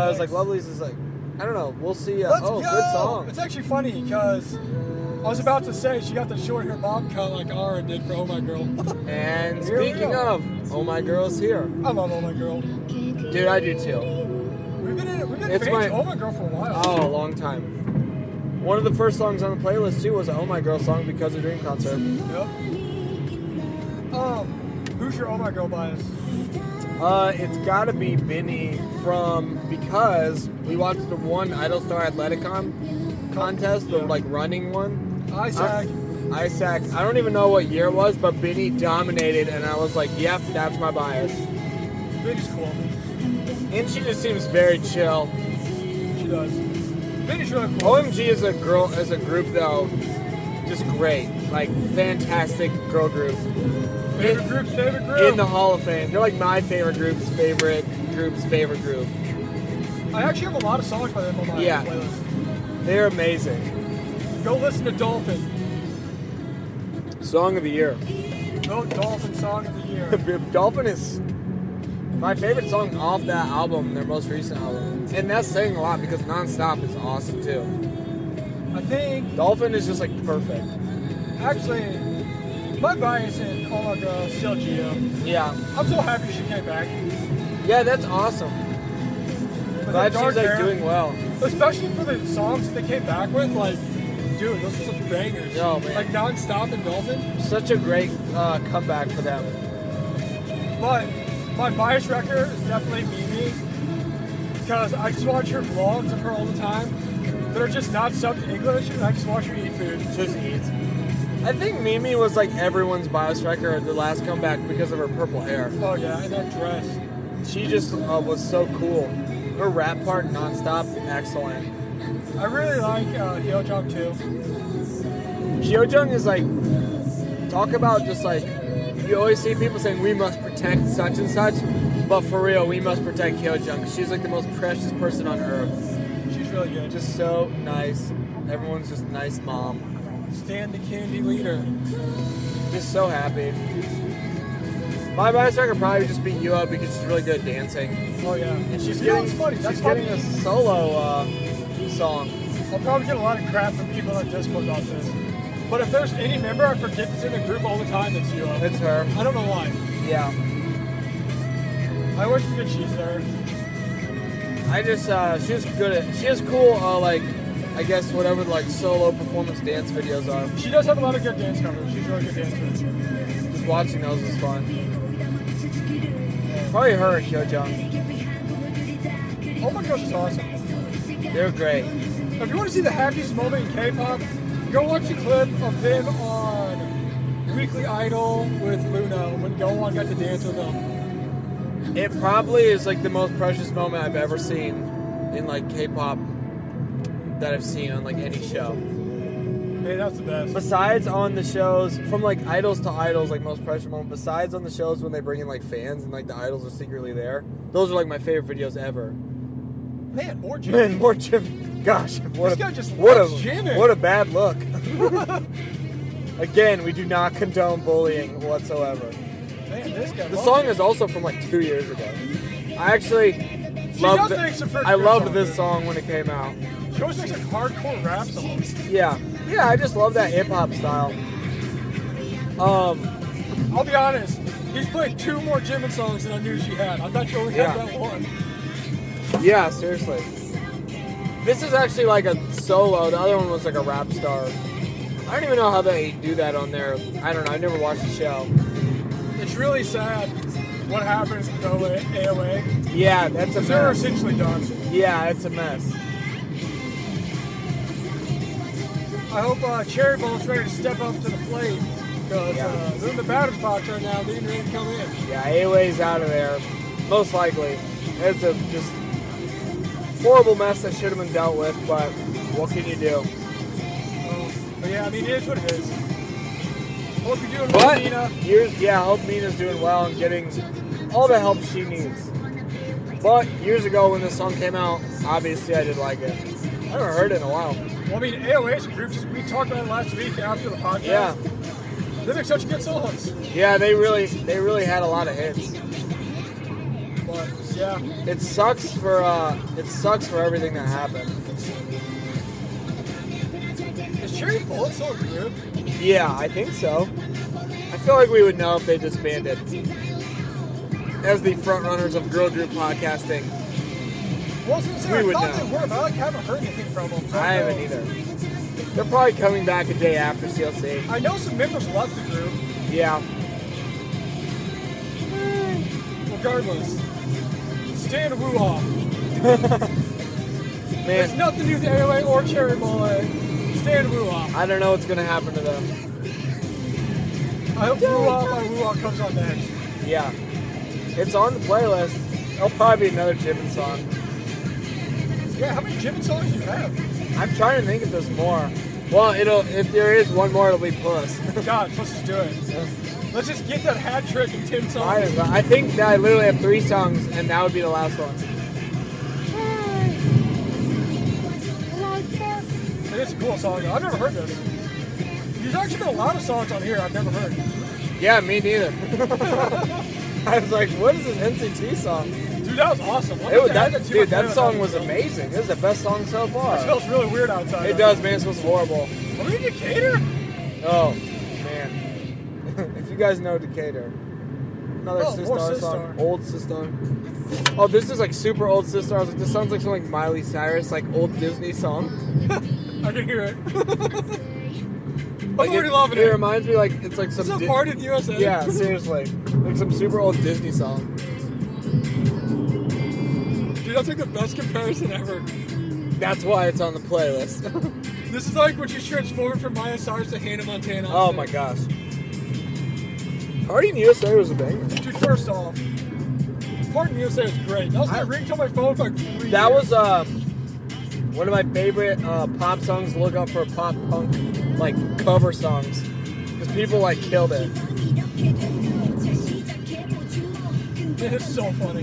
I was like, Lovely's is like, I don't know. We'll see. Uh, Let's oh, go! good It's song. actually funny because I was about to say she got the short hair bob cut like Ara did for Oh My Girl. And Here we speaking go. of, oh my girl's here, I love Oh My Girl. dude. I do too. We've been in, we've been It's fans my- of Oh My Girl for a while. Oh, a long time. One of the first songs on the playlist too was a Oh My Girl song because of Dream Concert. Yep. Um, who's your Oh My Girl bias? Uh, it's gotta be Benny from because we watched the one Idol Star Atleticon contest, the like running one. Isaac. I Isaac. I don't even know what year it was, but Benny dominated, and I was like, "Yep, that's my bias." Vinny's cool. And she just seems very chill. She does. Vinny's really cool. OMG is a girl as a group though, just great, like fantastic girl group. Favorite group, favorite group. In the Hall of Fame, they're like my favorite group's favorite group's favorite group. I actually have a lot of songs by them on my Yeah. playlist. They're amazing. Go listen to Dolphin. Song of the year. Go Dolphin Song of the Year. Dolphin is my favorite song off that album, their most recent album. And that's saying a lot because Nonstop is awesome too. I think Dolphin is just like perfect. Actually, my bias in Oh My Girl is still Gio. Yeah. I'm so happy she came back. Yeah, that's awesome. With her Glad dark she's like hair, doing well. Especially for the songs they came back with, like, dude, those are such bangers. Oh, man. Like nonstop and Dolphin. Such a great uh, comeback for them. But my bias record is definitely Mimi. Because I just watch her vlogs of her all the time. They're just not subbed to English, and I just watch her eat food. Just eats. I think Mimi was like everyone's bias record at the last comeback because of her purple hair. Oh yeah, and that dress. She just uh, was so cool. Her rap part, Nonstop, excellent. I really like uh, Hyo Jong too. Hyojung is like, talk about just like, you always see people saying we must protect such and such, but for real, we must protect Hyojung. 'cause She's like the most precious person on earth. She's really good. Just Just so nice. Everyone's just nice mom. stand the candy leader. Just so happy. My bias record probably just be Yua because she's really good at dancing. Oh yeah, And she's You know getting, what's funny. That's she's getting funny. a solo uh, song. I'll probably get a lot of crap from people on Discord about this. But if there's any member I forget that's in the group all the time, it's you. It's her. I don't know why. Yeah. I wish we could she's there. I just uh, she was good at she has cool uh, like I guess whatever like solo performance dance videos are. She does have a lot of good dance covers. She's a really good dancer. Just watching those is fun. Probably her and Hyojung. Oh my gosh, she's awesome. They're great. If you want to see the happiest moment in K-pop, go watch a clip of them on Weekly Idol with Luna when Gowan got to dance with them. It probably is like the most precious moment I've ever seen in like K-pop that I've seen on like any show. Hey, that's the best. Besides on the shows from like idols to idols, like most precious moment. Besides on the shows when they bring in like fans and like the idols are secretly there. Those are like my favorite videos ever. Man, more Jimmy. Man, more Jim. Gosh, what This a, guy just what a loves Jimin. what a bad look. Again, we do not condone bullying whatsoever. Man, this guy. The loves song it. is also from like two years ago. I actually loved. does make some pretty I good loved songs, this dude. song when it came out. She always makes like hardcore rap songs. Yeah, yeah. I just love that hip hop style. Um, I'll be honest. He's played two more Jimin songs than I knew she had. I thought she only Yeah. had that one. yeah, seriously. This is actually like a solo. The other one was like a rap star. I don't even know how they do that on there. I don't know. I never watched the show. It's really sad what happens with OA, AOA. Yeah, that's a 'cause They're mess. essentially done. Yeah, it's a mess. I hope uh, Cherry Bowl is ready to step up to the plate because uh, they're in the batter's box right now. They need to come in. Yeah, A-Way's out of there, most likely. It's a just horrible mess that should have been dealt with, but what can you do? Um, but yeah, I mean, it is what it is. Hope you're doing well, But Nina. years, yeah, I hope Mina's doing well and getting all the help she needs. But years ago when this song came out, obviously I did like it. I haven't heard it in a while. Well, I mean, AOA's group, just, we talked about it last week after the podcast. Yeah, They make such good solos. yeah, they really, they really had a lot of hits. But yeah, It sucks for, uh, it sucks for everything that happened. is Cherry Bowl still a group? Yeah, I think so. I feel like we would know if they disbanded. As the front runners of girl group podcasting, Well, I was gonna say, We I would thought know. they were, but I like, haven't heard anything from them. so I don't haven't know. either. They're probably coming back a day after CLC. I know some members left the group, Yeah, regardless. Stan Wuoff. There's man, nothing new to AOA or Cherry Bowl. eh? Stan Wuoff. I don't know what's gonna happen to them. I hope Wuoff by Wuoff comes on next. Yeah, it's on the playlist. It'll probably be another Jimin song. Yeah, how many Jimin songs do you have? I'm trying to think if there's more. Well, it'll if there is one more, it'll be Puss. God, let's just do it. Let's just get that hat trick in 10 I, songs. don't know. I think that I literally have three songs, and that would be the last one. It is a cool song. though. I've never heard this. There's actually been a lot of songs on here I've never heard. Yeah, me neither. I was like, what is this NCT song? Dude, that was awesome. I'm It was, gonna add that, to my dude, that playlist. song was amazing. It was the best song so It far. smells really weird outside. It does, man. It was horrible. Are we in Decatur? Oh, man. if you guys know Decatur, another Oh, more Sistar song. Sistar. Old Sistar. Oh, this is like super old Sistar. I was like, this sounds like something like Miley Cyrus, like old Disney song. I can hear it. I'm Like already it, loving It it. reminds me like it's like some. It's a Di- party in the USA. yeah, seriously, like some super old Disney song. Dude, that's like the best comparison ever. That's why it's on the playlist. This is like when she transformed from Maya Cyrus to Hannah Montana. Oh my gosh. Party in the USA was a banger. Dude, first off, Pardon USA was great. That was my I- ringtone on my phone for like three That years. was um, one of my favorite uh, pop songs. to Look up for pop punk like cover songs because people like killed it. It is so funny.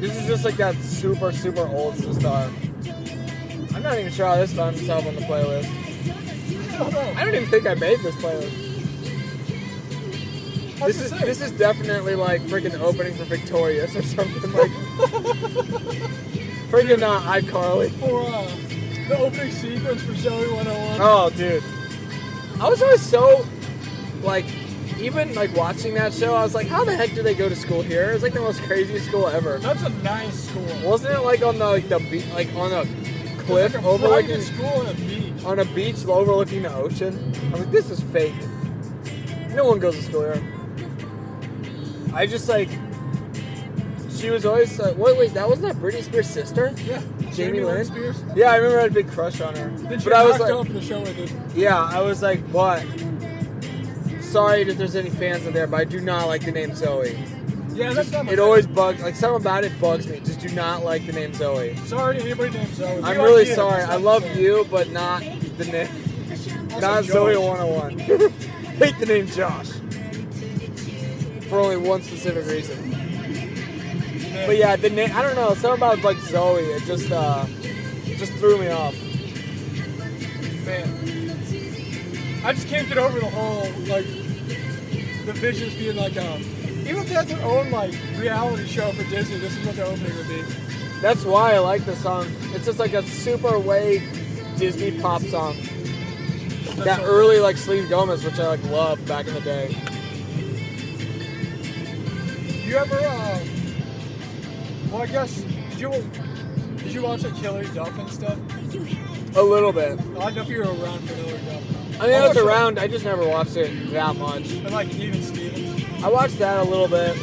This is just like that super super old star. I'm not even sure how this found itself on the playlist. I don't know. I don't even think I made this playlist. That's This is the thing. this is definitely like freaking opening for Victorious or something like. freaking uh, iCarly. for uh, the opening sequence for Zoe 101. Oh, dude. I was always so, like, even like watching that show, I was like, how the heck do they go to school here? It's like the most craziest school ever. That's a nice school. It's Wasn't it like on the like the be- like on a like cliff a overlooking private school and a beach. on a beach overlooking the ocean? I am like, this is fake. No one goes to school here. I just like. She was always like, wait, wait, that wasn't that Britney Spears' sister? Yeah. Jamie Lynn? Spears. Yeah, I remember I had a big crush on her. Then she but I was knocked like, off the show with it. Yeah, I was like, but sorry if there's any fans out there, but I do not like the name Zoe. Yeah, that's not my It always bugs like something about it bugs me. Just do not like the name Zoe. Sorry to anybody named Zoe. We I'm like really you. sorry. I love you, but not the name. Also Not Josh. Zoe 101. Hate the name Josh for only one specific reason. Man, But yeah, the name I don't know. Something about like Zoe. It just uh, just threw me off. man. I just can't get over the whole like the visions being like um even if they had their own like reality show for Disney, this is what their opening would be. That's why I like the song. It's just like a super way Disney pop song. that That's- early like Sleeve Gomez, which I like loved back in the day. You ever, uh, well, I guess, did you, did you watch that Hillary Duff stuff? A little bit. I don't know if you were around for Hillary Duff. I mean, I was watched, around. I just never watched it that much. And like even Stevens. I watched that a little bit.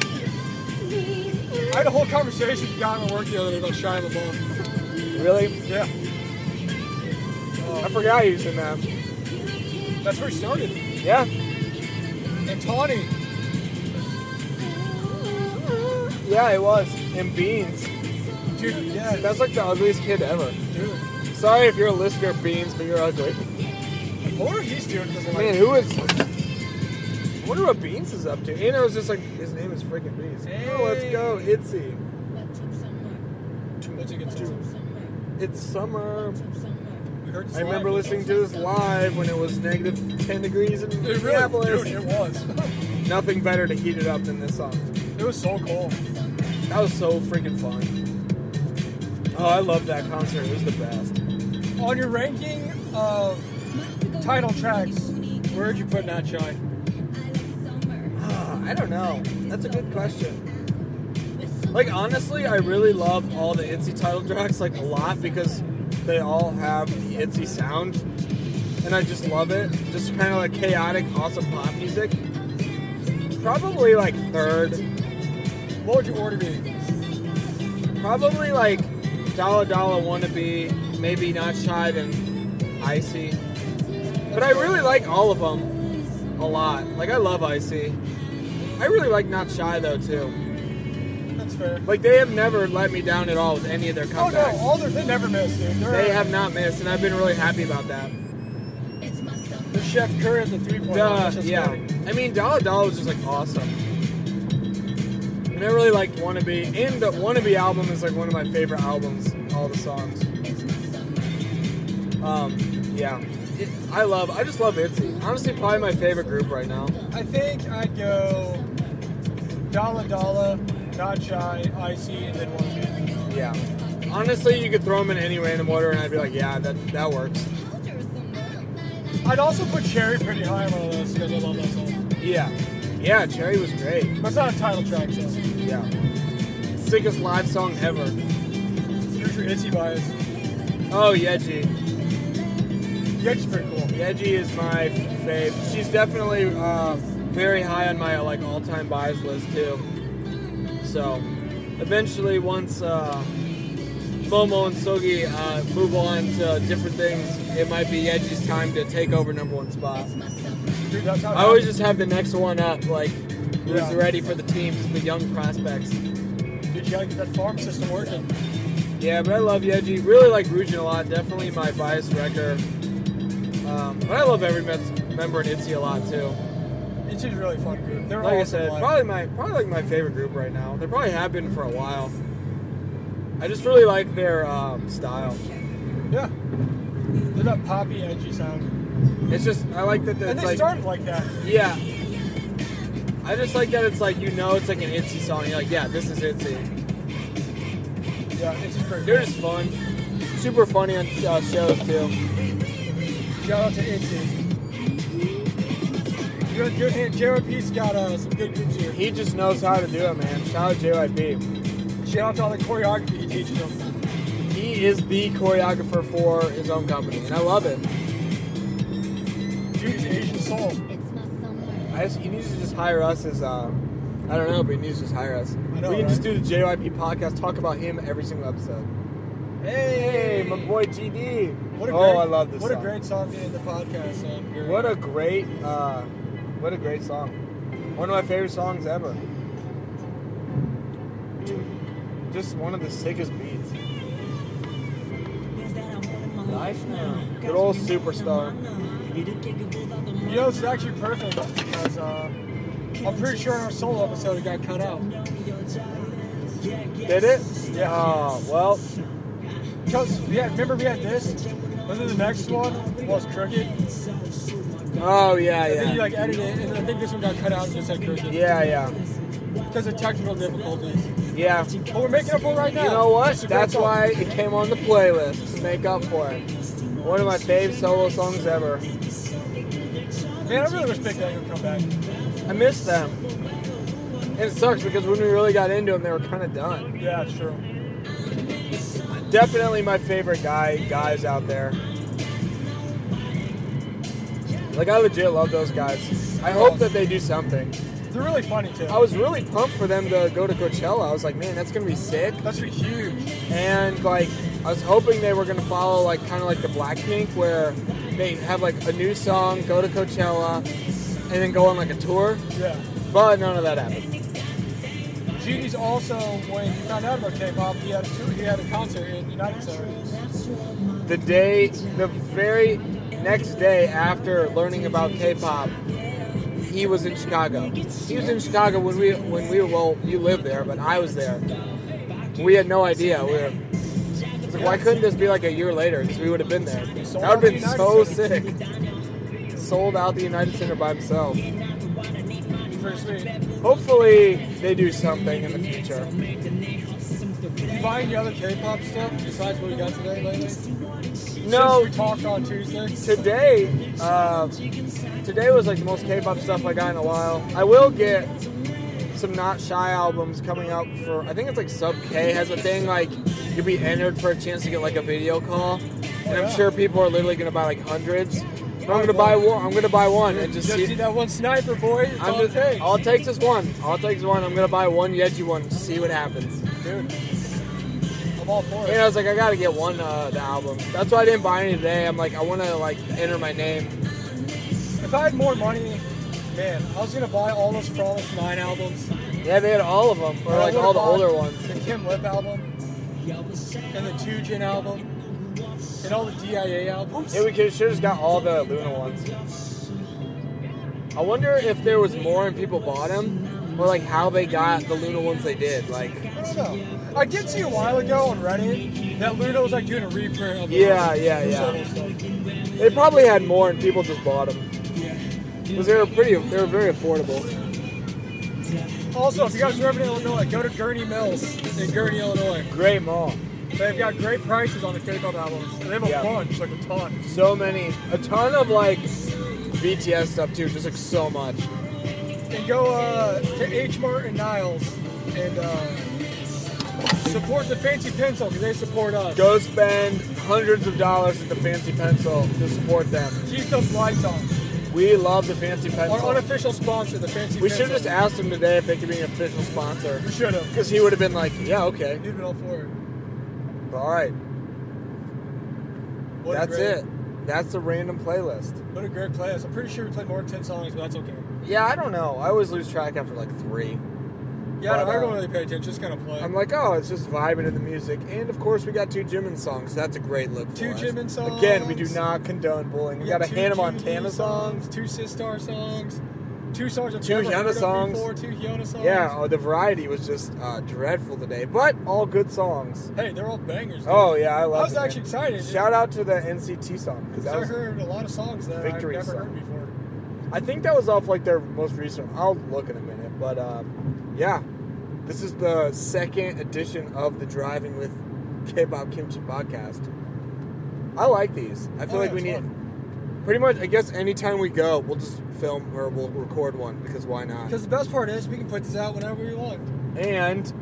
I had a whole conversation with a guy at work the other day about Shia LaBeouf. Really? Yeah. I forgot he was in that. That's where he started. Yeah. And Tawny. Yeah, it was. And Beans. Dude, yeah. That's like the ugliest kid ever. dude. Sorry if you're a listener of Beans, but you're ugly. What are he's doing doesn't Man, like who is. I wonder what Beans is up to. And it was just like, his name is freaking Beans. Oh, let's go, Itzy. two months against two. It's summer. We heard I slide. remember listening to this live when it was negative 10 degrees in It Minneapolis. really, dude, it was. Nothing better to heat it up than this song. it was so cool. That was so freaking fun. Oh, I love that concert. It was the best. On your ranking of title tracks, where'd you put Not Shine? Ah, I don't know. That's a good question. Like honestly, I really love all the ITZY title tracks like a lot because they all have the ITZY sound, and I just love it. Just kind of like chaotic, awesome pop music. Probably like third. What would your order be? Probably like Dollar Dollar Wannabe, maybe Not Shy, then Icy. But I really like all of them a lot. Like, I love Icy. I really like Not Shy, though, too. That's fair. Like, they have never let me down at all with any of their Oh no, comebacks. all their they never miss, dude. They're, They have not missed, and I've been really happy about that. the Chef Curry at the three point. Duh, line, which is yeah. funny. I mean, Dollar Dollar was just like awesome. And I really liked Wannabe. And the Wannabe album is like one of my favorite albums, all the songs. Um, yeah. It, I love, I just love ITZY. Honestly, probably my favorite group right now. I think I'd go Dala Dala, Not Shy, Icy, and then one beat. Yeah. Honestly, you could throw them in any random order and I'd be like, yeah, that, that works. I'd also put Cherry pretty high on one of those because I love that song. Yeah. Yeah, Cherry was great. But it's not a title track, so Yeah. Sickest live song ever. here's your Itzy bias. Oh, Yeji. Yeah, it's pretty cool. Yeji is my fave. She's definitely uh, very high on my like all-time buys list too. So, eventually, once uh, Momo and Sogi uh, move on to different things, it might be Yeji's time to take over number one spot. Dude, that's how I always just have the next one up, like who's Yeah. ready for the team, just the young prospects. Dude, you gotta get that farm system working. Yeah, but I love Yeji. Really like Rujin a lot. Definitely my bias wrecker. Um, but I love every mem- member in Itzy a lot too. It's just really fun group. They're like I awesome said, live. probably my probably like my favorite group right now. They probably have been for a while. I just really like their um, style. Yeah. They're that poppy, edgy sound. It's just I like that. that And it's they like, started like that. Yeah. I just like that it's like you know it's like an Itzy song. You're like, yeah, this is Itzy. Yeah, it's just pretty They're cool. just fun, super funny on uh, shows too. Shout out to Itzy. Good, good hand. JYP's got uh, some good groups here. He just knows how to do it, man. Shout out JYP. Shout out to all the choreography he teaches them. He is the choreographer for his own company, and I love it. Dude's Asian soul. I just, he needs to just hire us as um, I don't know, but he needs to just hire us. I know, we can just do right? the JYP podcast, talk about him every single episode. Hey, Hey, my boy GD. What a oh, great, I love this. What song. a great song to end the podcast on. Gary. what a great, uh, what a great song. One of my favorite songs ever. Dude, just one of the sickest beats. Life now. Good old superstar. You know, it's actually perfect because uh, I'm pretty sure our solo episode got cut out. Did it? Yeah. Oh, well, Because, yeah, remember we had this? But then the next one was crooked. oh yeah, And then you yeah, like edit it, and I think this one got cut out and just said crooked. yeah, yeah, Because of technical difficulties. yeah. But we're making up for it right now. You know what? It's a great That's song. why it came on the playlist. to Make up for it. One of my fave solo songs ever. Man, I really wish Big Bang would come back. I miss them. And it sucks because when we really got into them, they were kind of done. Yeah, it's true. Definitely my favorite guy guys out there. Like I legit love those guys. I hope that they do something. They're really funny too. I was really pumped for them to go to Coachella. I was like, man, that's gonna be sick. That's gonna be huge. And like, I was hoping they were gonna follow like kind of like the Blackpink, where they have like a new song, go to Coachella, and then go on like a tour. Yeah. But none of that happened. Judy's also when he found out about K-pop, he had a tour, he had a concert in United States. The day, the very next day after learning about K-pop, he was in Chicago. He was in Chicago when we when we were well, you lived there, but I was there. We had no idea. We were. it's like, why couldn't this be like a year later? Because we would have been there. That would have been so sick. Sold out the United Center by himself. First week. Hopefully, they do something in the future. Did you buy any other K-pop stuff besides what we got today lately? No, Since we talked on Tuesday. today, uh, today was like the most K-pop stuff I got in a while. I will get some Not Shy albums coming out for. I think it's like Sub K has a thing like you'll be entered for a chance to get like a video call, and I'm Yeah. sure people are literally gonna buy like hundreds. But I'm gonna buy one. I'm gonna buy one and just Just see. see that one sniper boy. It's I'm all it just, takes. all it takes is one. All it takes is one. I'm gonna buy one Yeji one to see what happens. Dude, I'm all for And I it. was like, I gotta get one uh, the album. That's why I didn't buy any today. I'm like, I want to like enter my name. If I had more money, man, I was gonna buy all those Flawless Nine albums. Yeah, they had all of them, or I like would've all the bought older ones. The Kim Lip album, and the Two Jin album, and all the DIA albums. Yeah, we could should just got all the Luna ones. I wonder if there was more and people bought them, or like how they got the Luna ones they did. Like, I don't know. I did see a while ago on Reddit that Luna was like doing a reprint of the Yeah, yeah, yeah. Solo stuff. they probably had more and people just bought them because they were pretty, they were very affordable. Also, if you guys are ever in Illinois, go to Gurney Mills in Gurney, Illinois. Great mall, They've got great prices on the K-pop albums. They have a Yeah. bunch, like a ton. so many, a ton of like BTS stuff too, just like so much. And go uh, to H Mart and Niles and uh, support the Fancy Pencil because they support us. Go spend hundreds of dollars at the Fancy Pencil to support them. Keep those lights on. We love the Fancy Pencil. Our unofficial sponsor, the Fancy We should Pencil. have just asked him today if they could be an official sponsor. We should have. Because he would have been like, yeah, okay. You've been all for it. All right. What a that's great- it. That's the random playlist. What a great playlist. I'm pretty sure we played more than 10 songs, but that's okay. Yeah, I don't know. I always lose track after like three. Yeah, But, I uh, don't really pay attention. Just kind of play. I'm like, oh, it's just vibing to the music. And of course, we got two Jimin songs. that's a great look. Two for us. Jimin songs. Again, we do not condone bullying. We, got a two Hannah Judy Montana song. songs, two Sistar songs, two songs of Two Hyuna songs. Before, two Hyuna songs. Yeah, oh, the variety was just uh, dreadful today, but all good songs. Hey, they're all bangers. dude. Oh yeah, I love. I was it, man. actually excited. Shout out to the NCT song because that I was heard a lot of songs that I've Victory never song. heard before. I think that was off like their most recent. I'll look in a minute, but um, yeah, this is the second edition of the Driving with K-pop Kimchi podcast. I like these. I feel Oh, yeah, like we it's need pretty much. I guess anytime we go, we'll just film or we'll record one because why not? Because the best part is we can put this out whenever we want. And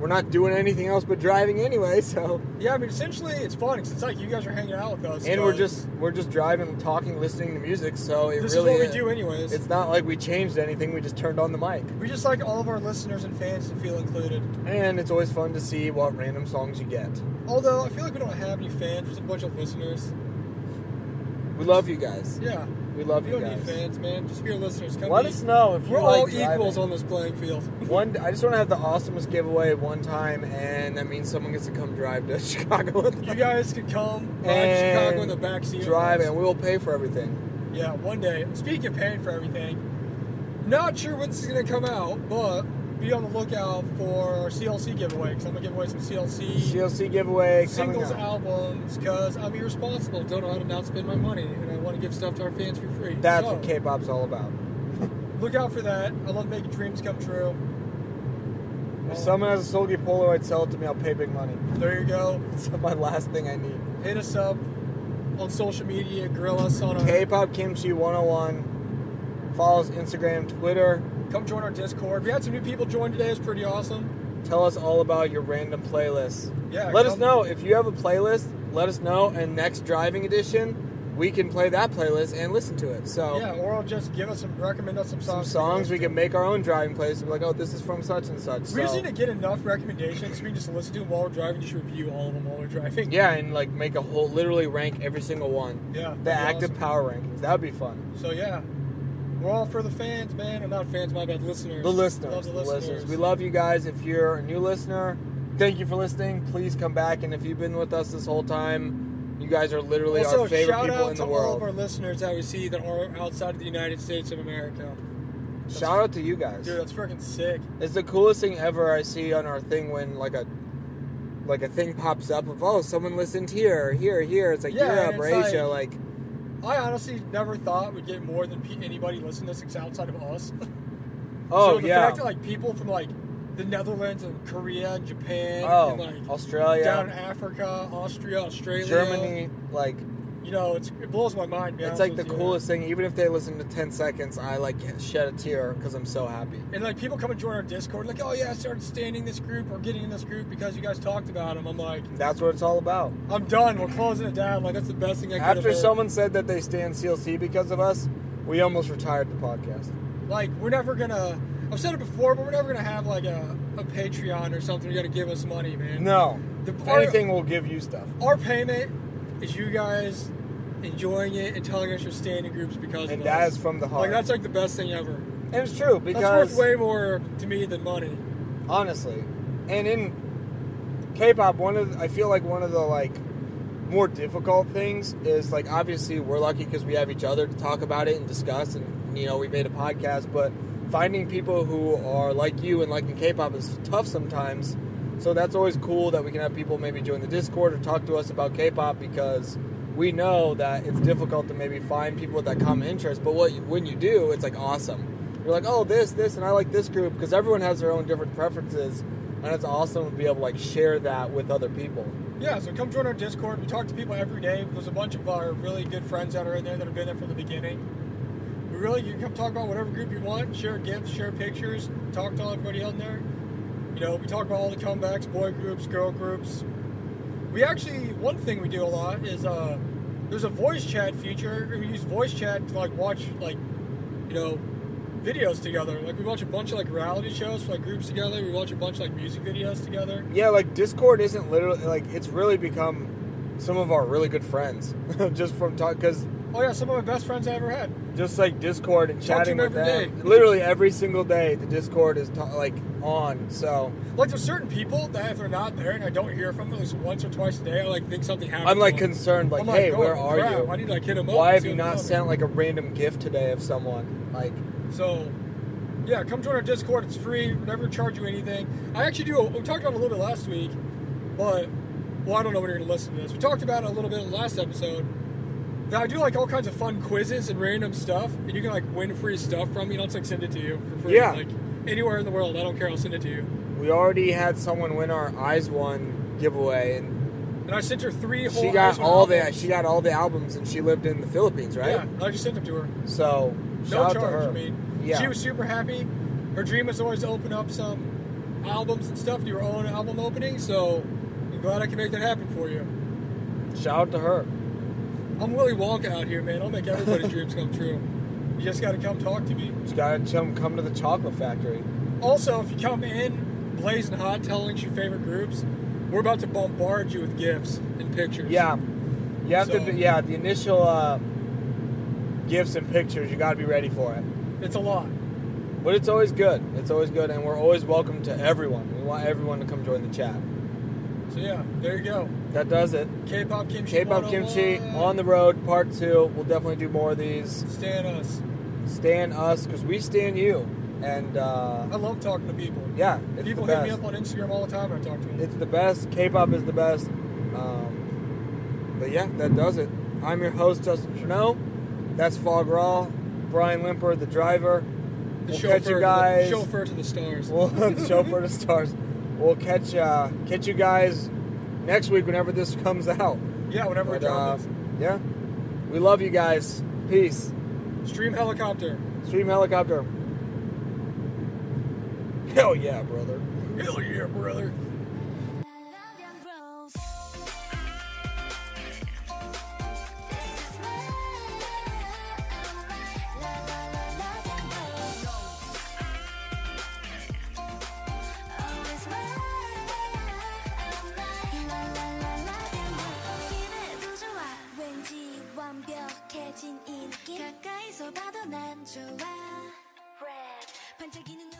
we're not doing anything else but driving anyway, so Yeah, I mean, essentially it's fun because it's like you guys are hanging out with us. and we're but just we're just driving, talking, listening to music. So it this really is what we do anyways. It's not like we changed anything. We just turned on the mic. we just like all of our listeners and fans to feel included. And it's always fun to see what random songs you get. Although I feel like we don't have any fans, just a bunch of listeners. We love you guys. Yeah, We love we you don't need guys. fans, man. Just be our listeners. Come Let be- us know if you We're like all driving. equals on this playing field. One, I just want to have the awesomest giveaway one time, and that means someone gets to come drive to Chicago with You us. guys could come ride and Chicago in the backseat. of Drive, us. and we will pay for everything. Yeah, one day. Speaking of paying for everything, not sure when this is going to come out, but be on the lookout for our CLC giveaway because I'm going to give away some CLC CLC giveaway coming singles up. albums because I'm irresponsible. Don't know how to not spend my money, and I want to give stuff to our fans for free. That's so, what K-pop's all about. Look out for that. I love making dreams come true. Oh. If someone has a Solgi Polaroid, sell it to me. I'll pay big money. There you go. It's my last thing I need. Hit us up on social media. Grill us on our. K-pop Kimchi 101. Follows Instagram, Twitter. Come join our Discord. We had some new people join today. It's pretty awesome. Tell us all about your random playlists. Yeah, Let come- us know if you have a playlist. Let us know. And next driving edition, we can play that playlist and listen to it. So Yeah, or just give us some, recommend us some Oh. some songs. songs we listen can make our own driving playlist. And be like, oh, this is from such and such. to. We just So- need to get enough recommendations. We can just listen to them while we're driving. Just review all of them while we're driving. yeah, and like make a whole literally rank every single one. Yeah. The that'd be active power rankings. That would be fun. awesome. So yeah, we're all for the fans, man. I'm not fans, my bad. Listeners. The listeners, Love the listeners. We love you guys. If you're a new listener, thank you for listening. Please come back. And if you've been with us this whole time, you guys are literally also, our favorite shout people out in to the all world. of our listeners that we see that are outside of the United States of America. shout out to you guys. Dude, that's freaking sick. It's the coolest thing ever I see on our thing when like a like a thing pops up of oh someone listened here, here, here. It's like Yeah, Europe and or it's Asia, like- like I honestly never thought we'd get more than pe- anybody listening to this ex- outside of us. oh so the yeah, fact that like people from like the Netherlands and Korea and Japan oh and like Australia, down in Africa, Austria, Australia, Germany, like you know, it's, it blows my mind. to be it's honest like the with you. coolest thing. Even if they listen to ten seconds, I like shed a tear because I'm so happy. And like people come and join our Discord, like, oh yeah, I started standing this group or getting in this group because you guys talked about them. I'm like, That's what it's all about. I'm done. We're closing it down. Like that's the best thing I could have After heard. someone said that they stay in CLC because of us, we almost retired the podcast. like we're never gonna. I've said it before, but we're never gonna have like a, a Patreon or something. You gotta give us money, man. No, The If part- anything will give you stuff. Our payment is you guys enjoying it and telling us you're staying in groups because And of that us. is from the heart. Like that's like the best thing ever. And it's true because that's worth way more to me than money. honestly. And in K-pop, one of the, I feel like one of the like more difficult things is like obviously we're lucky because we have each other to talk about it and discuss, and you know we made a podcast. But finding people who are like you and liking K-pop is tough sometimes. So that's always cool that we can have people maybe join the Discord or talk to us about K-pop because we know that it's difficult to maybe find people with that common interest. But what you, when you do, it's like awesome. You're like, oh, this, this, and I like this group because everyone has their own different preferences, and it's awesome to be able to like share that with other people. Yeah, so come join our Discord. We talk to people every day. There's a bunch of our really good friends that are in there that have been there from the beginning. We really you can come talk about whatever group you want, share gifts, share pictures, talk to everybody out in there. You know, we talk about all the comebacks, boy groups, girl groups. We actually one thing we do a lot is uh there's a voice chat feature and we use voice chat to like watch like you know videos together. Like we watch a bunch of like reality shows for like groups together, we watch a bunch of like music videos together. Yeah, like Discord isn't literally like it's really become some of our really good friends just from talk because Oh yeah, some of my best friends I ever had. just like Discord and Talk to chatting them with every them, day. literally every single day the Discord is ta- like on. So Like there's certain people that if they're not there and I don't hear from them at least once or twice a day, I like think something happened. I'm like to them. concerned, like, I'm hey, oh, where are crap, you? I need to like hit them up. Why and have see you what's not up. sent like a random gift today of someone? Like, So, yeah, come join our Discord. It's free. We never charge you anything. I actually do. We talked about it a little bit last week, but well, I don't know when you're going to listen to this. We talked about it a little bit in the last episode. That I do like all kinds of fun quizzes and random stuff, and you can like win free stuff from me. And I'll just like send it to you for free. Yeah. Like anywhere in the world, I don't care. I'll send it to you. we already had someone win our Eyes One giveaway, and And I sent her three whole. she got Iceman all the albums. she got all the albums, and she lived in the Philippines, right? Yeah, I just sent them to her. So no shout charge. out to her. I mean, yeah, she was super happy. Her dream was always to open up some albums and stuff, do her own album opening. So I'm glad I can make that happen for you. shout out to her. I'm Willy Wonka out here, man. I'll make everybody's dreams come true. You just got to come talk to me. Just gotta come come to the chocolate factory. Also, if you come in blazing hot, telling us your favorite groups, we're about to bombard you with gifts and pictures. Yeah, you have So- to. do- Yeah, the initial uh, gifts and pictures, you gotta be ready for it. it's a lot. But it's always good. It's always good, and we're always welcome to everyone. We want everyone to come join the chat. So yeah, there you go. That does it. K-pop kimchi. K-pop kimchi 101. on the road, part two. We'll definitely do more of these. Stand us. Stand us because we stand you, and uh, I love talking to people. yeah, it's People the hit best. me up on Instagram all the time. when I talk to them. It's the best. K-pop is the best. Um, but yeah, that does it. I'm your host, Justin Trudeau. That's Fog Raw. Brian Limper, the driver. the we'll chauffeur, catch you To guys. the, chauffeur to the stars. We'll the chauffeur to stars. We'll catch uh, catch you guys next week whenever this comes out. yeah, whenever it But, uh, drops. yeah, we love you guys. Peace. Stream helicopter. Stream helicopter. Hell yeah, brother. Hell yeah, brother. Love and rose. This is my 완벽해진 이 느낌 가까이서 봐도 난 좋아 반짝이는